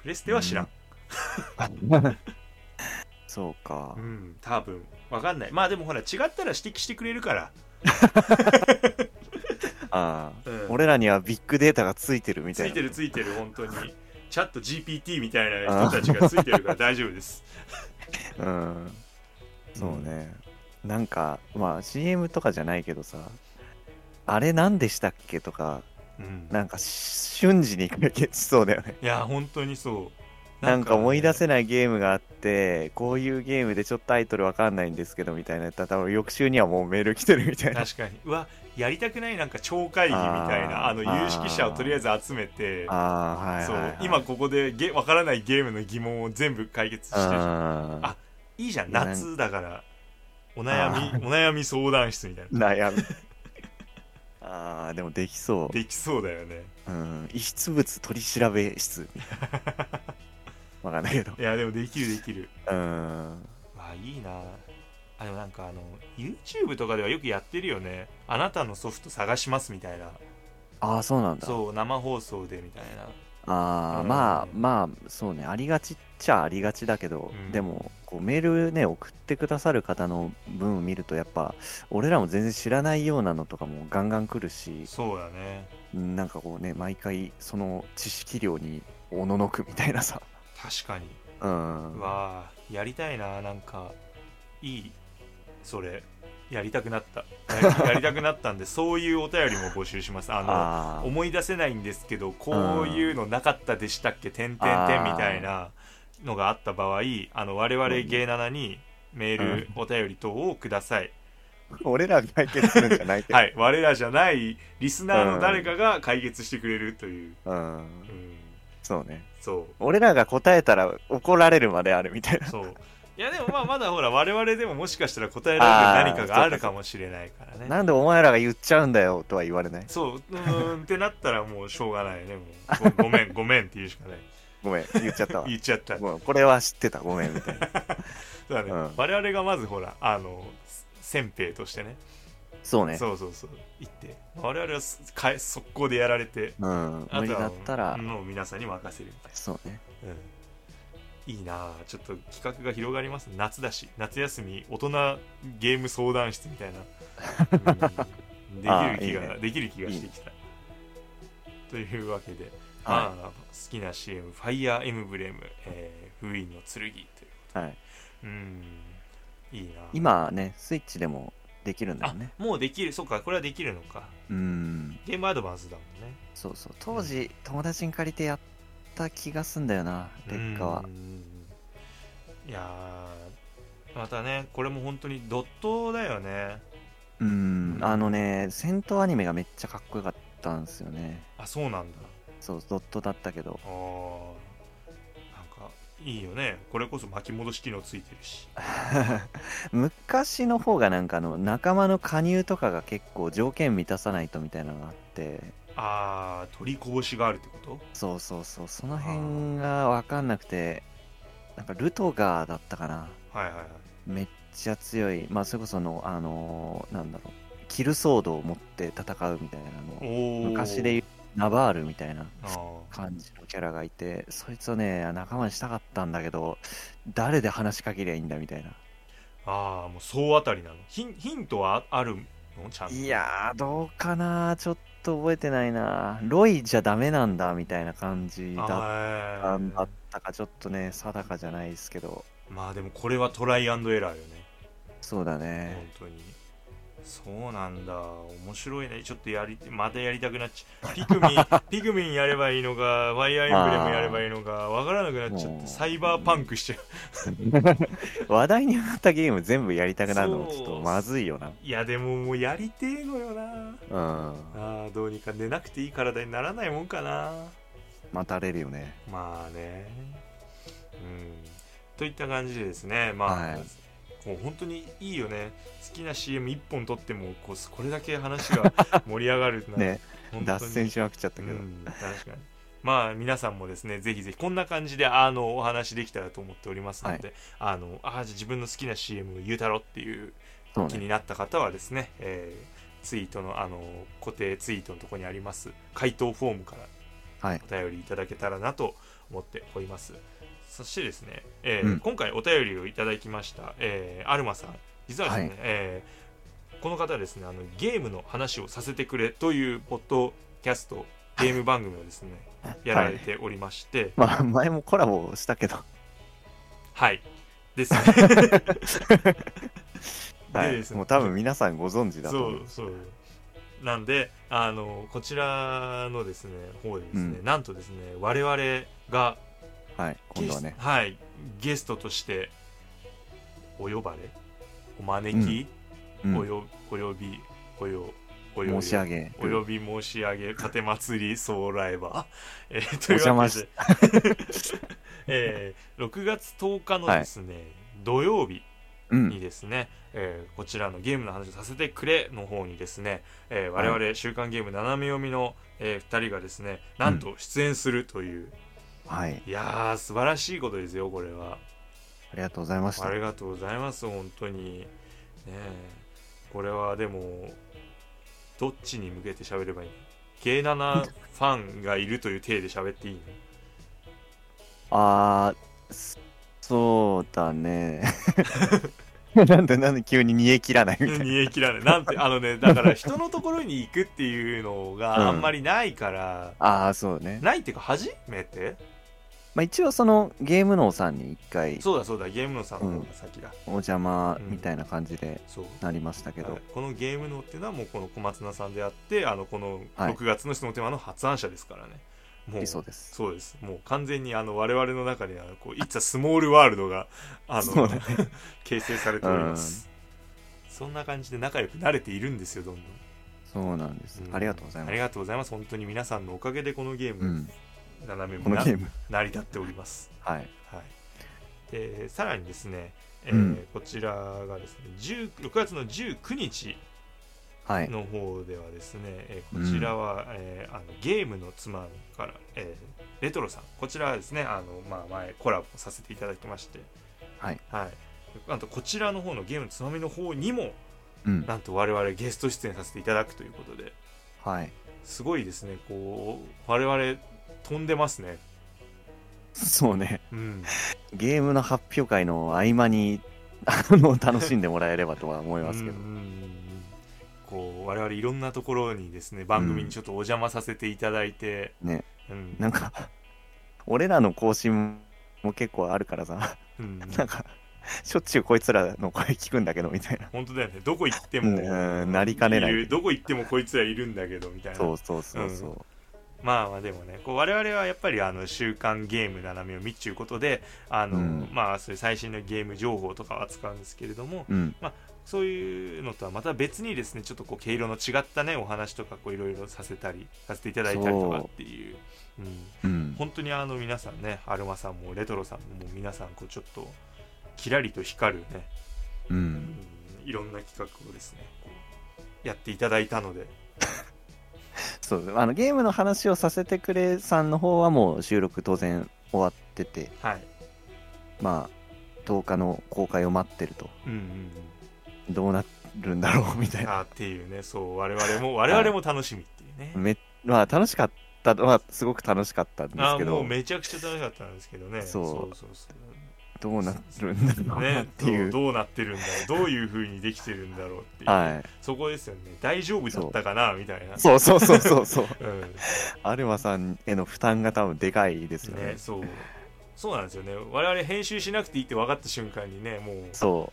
プレステは知らん、 そうかう。ん、多分わかんないまあでもほら違ったら指摘してくれるから、ああ。うん、俺らにはビッグデータがついてるみたついいな。てるついてる本 当にチャット GPT みたいな人たちがついてるから大丈夫ですうん。そうね。なんか、まあ CM とかじゃないけどさ、あれ何でしたっけとか、うんなんか瞬時に解決しそうだよね。いや本当にそうなんか思い出せ なないゲームがあって、こういうゲームでちょっとタイトルわかんないんですけどみたいなやったら、多分翌週にはもうメール来てるみたいんか。なね確かにうわやりたくないなんか超会議みたいなああーの有識者をとりあえず集めてああ、はいそはい、はうい。今ここでゲわからないゲームの疑問を全部解決してるああいいじゃんなん夏だからお悩あみお悩み相談室みたいな ー悩み。ああ、でもできそう。できそうだよねうん、遺失物取り調べ 室。わかんないけど。いやでもできるできるうん。わあいいなあでもなんかあの YouTube とかではよくやってるよねあなたのソフト探しますみたいなああ、そうなんだ。そう生放送でみたいなああ、うんまあまあ、そうね。ありがちっちゃありがちだけど、うんでも、こうメールね、送ってくださる方の文を見ると、やっぱ、俺らも全然知らないようなのとかもガンガン来るし、そうだねなんかこうね、毎回、その知識量におののくみたいなさ。 確かにうん。わあやりたいななんかいいそれやりたくなったやり やりたくなったんでそういうお便りも募集しますあのあー思い出せないんですけどこういうのなかったでしたっけ点々点みたいなのがあった場合あの我々芸7にメール、お便り等をください俺らが解決するんじゃないけど。はい我らじゃないリスナーの誰かが解決してくれるという、 うん。うん、そうね。そ俺らが答えたら怒られるまであるみたいなう。 そういやでもまあまだほら我々でももしかしたら答えられる何かがあるかもしれないからねなんでお前らが言っちゃうんだよとは言われないそううーんってなったらもうしょうがないねもうごご めんごめんって言うしかないごめん、言っちゃったわ。言っちゃったごめんこれは知ってた、ごめん、みたい な。そうだね、うん我々がまずほらあのせ先兵としてねそうね。そうそうそう行って我々はすかえ速攻でやられてうん、あ無と理はだったら、もう皆さんに任せるみたいそうね。な、うんいいなあちょっと企画が広がります夏だし夏休み大人ゲーム相談室みたいな、うん ああできる気がいいねできる気がしてきたというわけで、はまあ好きな CM「ファイアーエムブレム、えー封印の剣」というい。はい、うんいいなあ今ね、スイッチでもできるんだよあね。もうできるそうかこれはできるのかうん。ゲームアドバンスだもんねそうそう。当時、友達に借りてやった気がすんだよな、劣化はう。んいやーまたねこれも本当にドットだよねうん。あのね、戦闘アニメがめっちゃかっこよかったんですよね。あそうなんだそう、ドットだったけど。あーなんかいいよねこれこそ巻き戻し機能ついてるし昔の方がなんかあの仲間の加入とかが結構条件満たさないとみたいなのがあってあー取りこぼしがあるってことそうそうそうその辺が分かんなくてなんかルトガーだったかなはいはいはいめっちゃ強いまあそれこそあのあのーなんだろうキルソードを持って戦うみたいなのおお昔で言うナバールみたいなあー感じのキャラがいてそいつをね仲間にしたかったんだけど誰で話しかけりゃいいんだみたいなあーもう総当たりなのヒンヒントはああるのちゃんといやー、どうかなちょっと覚えてないなロイじゃダメなんだみたいな感じだっあたんーだったか、ちょっとね、定かじゃないですけど、まあでもこれはトライアンドエラーよねそうだね。本当にそうなんだ面白いねちょっとやりまたやりたくなっちゃうピ クミンピクミンやればいいのかワイヤーエンブレムやればいいのかわからなくなっちゃっもてうサイバーパンクしちゃう話題に上がったゲーム全部やりたくなるのもちょっそとうまずいよないやでももうやりてえのよな。うん。あーどうにか寝なくていい体にならないもんかな待たれるよね。まあねうんといった感じでですねまあ、はいもう本当にいいよね好きな CM1 本撮ってもこうこれだけ話 が盛り上がるなね、本当に脱線しまくっちゃったけど。うん、確かにまあ皆さんもですねぜひぜひこんな感じであのお話できたらと思っておりますので、あのあじゃあ自分の好きな CM を言うたろっていうそう気ね。になった方はですね、えーツイートのあの固定ツイートのところにあります回答フォームからはいお便りいただけたらなと思っておりますそしてですね、えーうん今回お便りをいただきました、えーアルマさん実はですね、はいえーこの方はですねあのゲームの話をさせてくれというポッドキャストゲーム番組をですね、やられておりましてまあ、前もコラボしたけど。はい、です ねはでいです。ねもう多分皆さんご存知だとそ思うそうなんであのこちらのですね方でですね、うなんとですね我々がはい。今度はねゲス。はいゲストとしてお呼ばれお招き、うんおよお呼びおよおよ申し上げる。お呼び申し上げ、盾祭り総来場。えー、 といおう邪わ魔けしで、 えー、6月10日のですね、土曜日うにん。ですね、えーこちらのゲームの話をさせてくれの方にですね、えー我々週刊ゲーム斜め読みの、え2人がですね、なんと出演するという、はい。いやー、素晴らしいことですよ、これ は。ありがとうございましたあ。りがとうございます、本当に。ねえこれはでも、どっちに向けて喋ればいいの ?K7 ファンがいるという体で喋っていいのあー、そそうだね。 なんでなんで急に煮え切らないみたいな。煮え切らない。なんて、あのね、だから人のところに行くっていうのうんがあんまりないから、ああ、そうね。ないっていうか、初めてまあ一応そのゲーム脳さんに一回そうだそうだ、ゲームのさんの方が先だ。お邪魔みたいな感じでそう。なりましたけどはい。このゲームのっていうのはもうこの小松菜さんであってあのこのはい6月の質問テーマの発案者ですからね、も理う想です。そうです。もう完全にあの我々の中ではこう、いつはスモールワールドが、あその、うだね 形成されております。そんな感じで仲良く慣れているんですよ、どんどん。そうなんです。うんありがとうございあまりす。がとうございます。本当に皆さんのおかげでこのゲーうム、ん。斜めこものなゲーム。成り立っております。はい。はい。で、さらにですね、えーうんこちらがですね、10 6月の19日はい。の方ではですね、えーうんこちらは、えーあのゲームの妻から、えーレトロさんこちらはですねあの、まあ、前コラボさせていただきましてはい、あとこちらの方のゲームのつまみの方にもうん。なんと我々ゲスト出演させていただくということではい。すごいですねこう我々飛んでますねそうね。うんゲームの発表会の合間に、あの、楽しんでもらえればとは思いますけどうん。うんうんうんこう我々いろんなところにですね番組にちょっとお邪魔させていただいて、ねうんなんか、俺らの更新も結構あるからさ、 うんなんか、しょっちゅうこいつらの声聞くんだけど、みたいな。本当だよねどこ行ってもうんなりかねないるどこ行ってもこいつらいるんだけどみたいなそうそうそうそう。まあまあでもねこう我々はやっぱりあの週刊ゲーム斜めを見っちゅうことであの、うんまあそういう最新のゲーム情報とかを扱うんですけれどもうん。そういうのとはまた別にですねちょっとこう毛色の違ったねお話とかこういろいろさせたりさせていただいたりとかっていう。うん、うん。本当にあの皆さんねアルマさんもレトロさんももう皆さんこうちょっとキラリと光るねううんん。いろんな企画をですねこうやっていただいたのでそう。あの、ゲームの話をさせてくれさんの方はもう収録当然終わってて、はいまあ、10日の公開を待ってると、うんうんうんどうなるんだろう、みたいな。あーっていうねそう我々も我々も楽しみっていうね、めまあ、楽しかったのは、すごく楽しかったんですあけーど。もうめちゃくちゃ楽しかったんですけどねそうそうそうそうどうなるんだろうなっねていう。どうどうなってるんだろうどういうふうにできてるんだろうっていう、は。そこですよね大丈夫だったかなみたいないそうそうそうそうそう。 うんアルマさんへの負担が多分でかいですよね。ねそうそうなんですよね我々編集しなくていいって分かった瞬間にねもうそ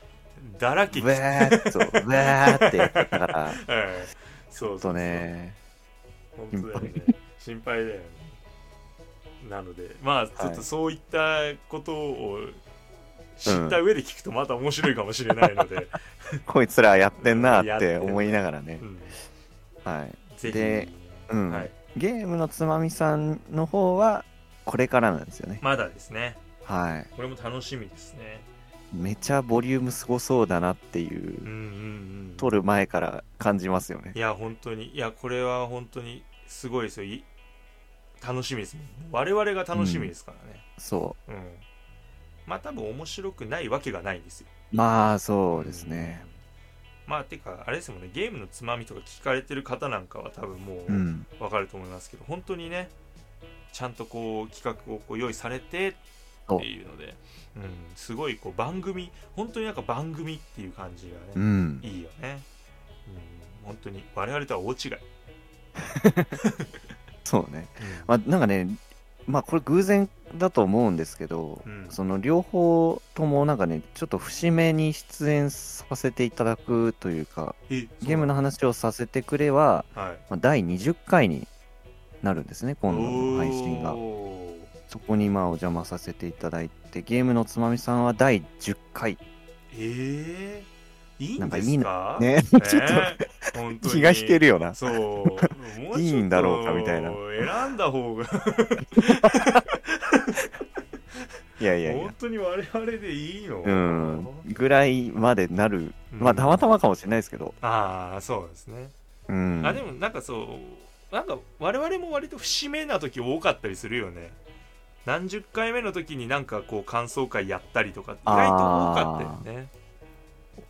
だらう。けウェーっ と、ウェーってやってたから、ちええそうそうょっそうとね、本当だよね心配だよねなのでまあちょっはといそういったことを知った上で聞くとまた面白いかもしれないの で、こいつらやってんなって思いながらねう。ん、はい。ぜひ、でうんはい、ゲームのつまみさんの方は、これからなんですよね。まだですねはい。これも楽しみですねめちゃボリュームすごそうだなっていううんう、んうん撮る前から感じますよね。いや本当にいやこれは本当にすごいですよい楽しみです我々が楽しみですからねそうん、まあ多分面白くないわけがないんですよう。まあ、そうですね。まあてかあれですもんねゲームのつまみとか聞かれてる方なんかは多分もう。うんわかると思いますけど、本当にねちゃんとこう企画をこう用意されてそうっていうので、うん、すごいこう番組本当になんか番組っていう感じがね、うんいいよね、うん、本当に我々とは大違い、そうねまあなんかねまあこれ偶然だと思うんですけど、うんその両方ともなんかねちょっと節目に出演させていただくというかえゲームの話をさせてくれは、はいまあ、第20回になるんですね今度の配信がおーそこにまあお邪魔させていただいてゲームのつまみさんは第10回えー、いいなんんかでいすいかね ちょっとと本当に気が引けるよなそうもうちょっと いいんだろうかみたいな選んだ方がいやいやいや本当に我々でいいのうんぐらいまでなるまあたまたままかもしれないですけどああそうですね、うんあでもなんかそうなんか我々も割と節目な時多かったりするよね何十回目の時になんかこう感想会やったりとか意外と多かったよね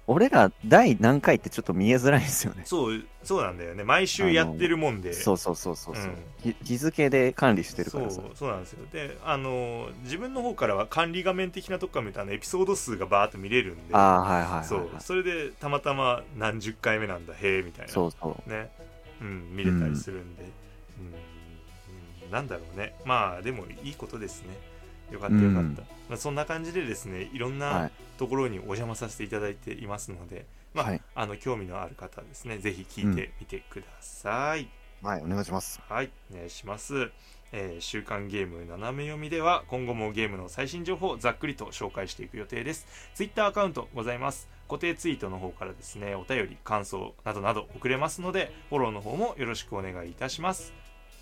俺ら第何回ってちょっと見えづらいですよねそうそうなんだよね毎週やってるもんでそうそうそうそうそう、うん日日付で管理してるからそさうそうなんですよであの自分の方からは管理画面的なとこから見たらエピソード数がバーッと見れるんでああはいはいはい、はい、そうそれでたまたま何十回目なんだへえみたいなそうそうね、うん、見れたりするんで、うんうんなんだろうねまあでもいいことですねよかったよかった、うんまあ、そんな感じでですねいろんはないところにお邪魔させていただいていますので、まあはいあの興味のある方はですねぜひ聞いてみてください、はいお願いしますはいお願いします、えー週刊ゲーム斜め読みでは今後もゲームの最新情報をざっくりと紹介していく予定ですツイッターアカウントございます固定ツイートの方からですねお便り感想などなど送れますのでフォローの方もよろしくお願いいたします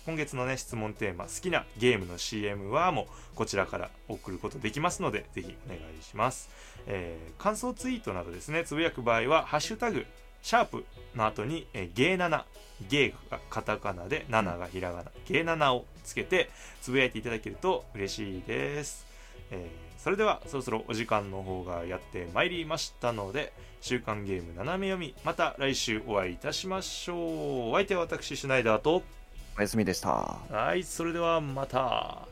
今月のね質問テーマ好きなゲームの CM はもうこちらから送ることできますのでぜひお願いします、えー感想ツイートなどですねつぶやく場合はハッシュタグシャープの後に、えー、ゲーナナゲーがカタカナで7がひらがなゲーナナをつけてつぶやいていただけると嬉しいです、えーそれではそろそろお時間の方がやってまいりましたので週刊ゲーム斜め読みまた来週お会いいたしましょうお相手は私シュナイダーとおやすみでしたはいそれではまた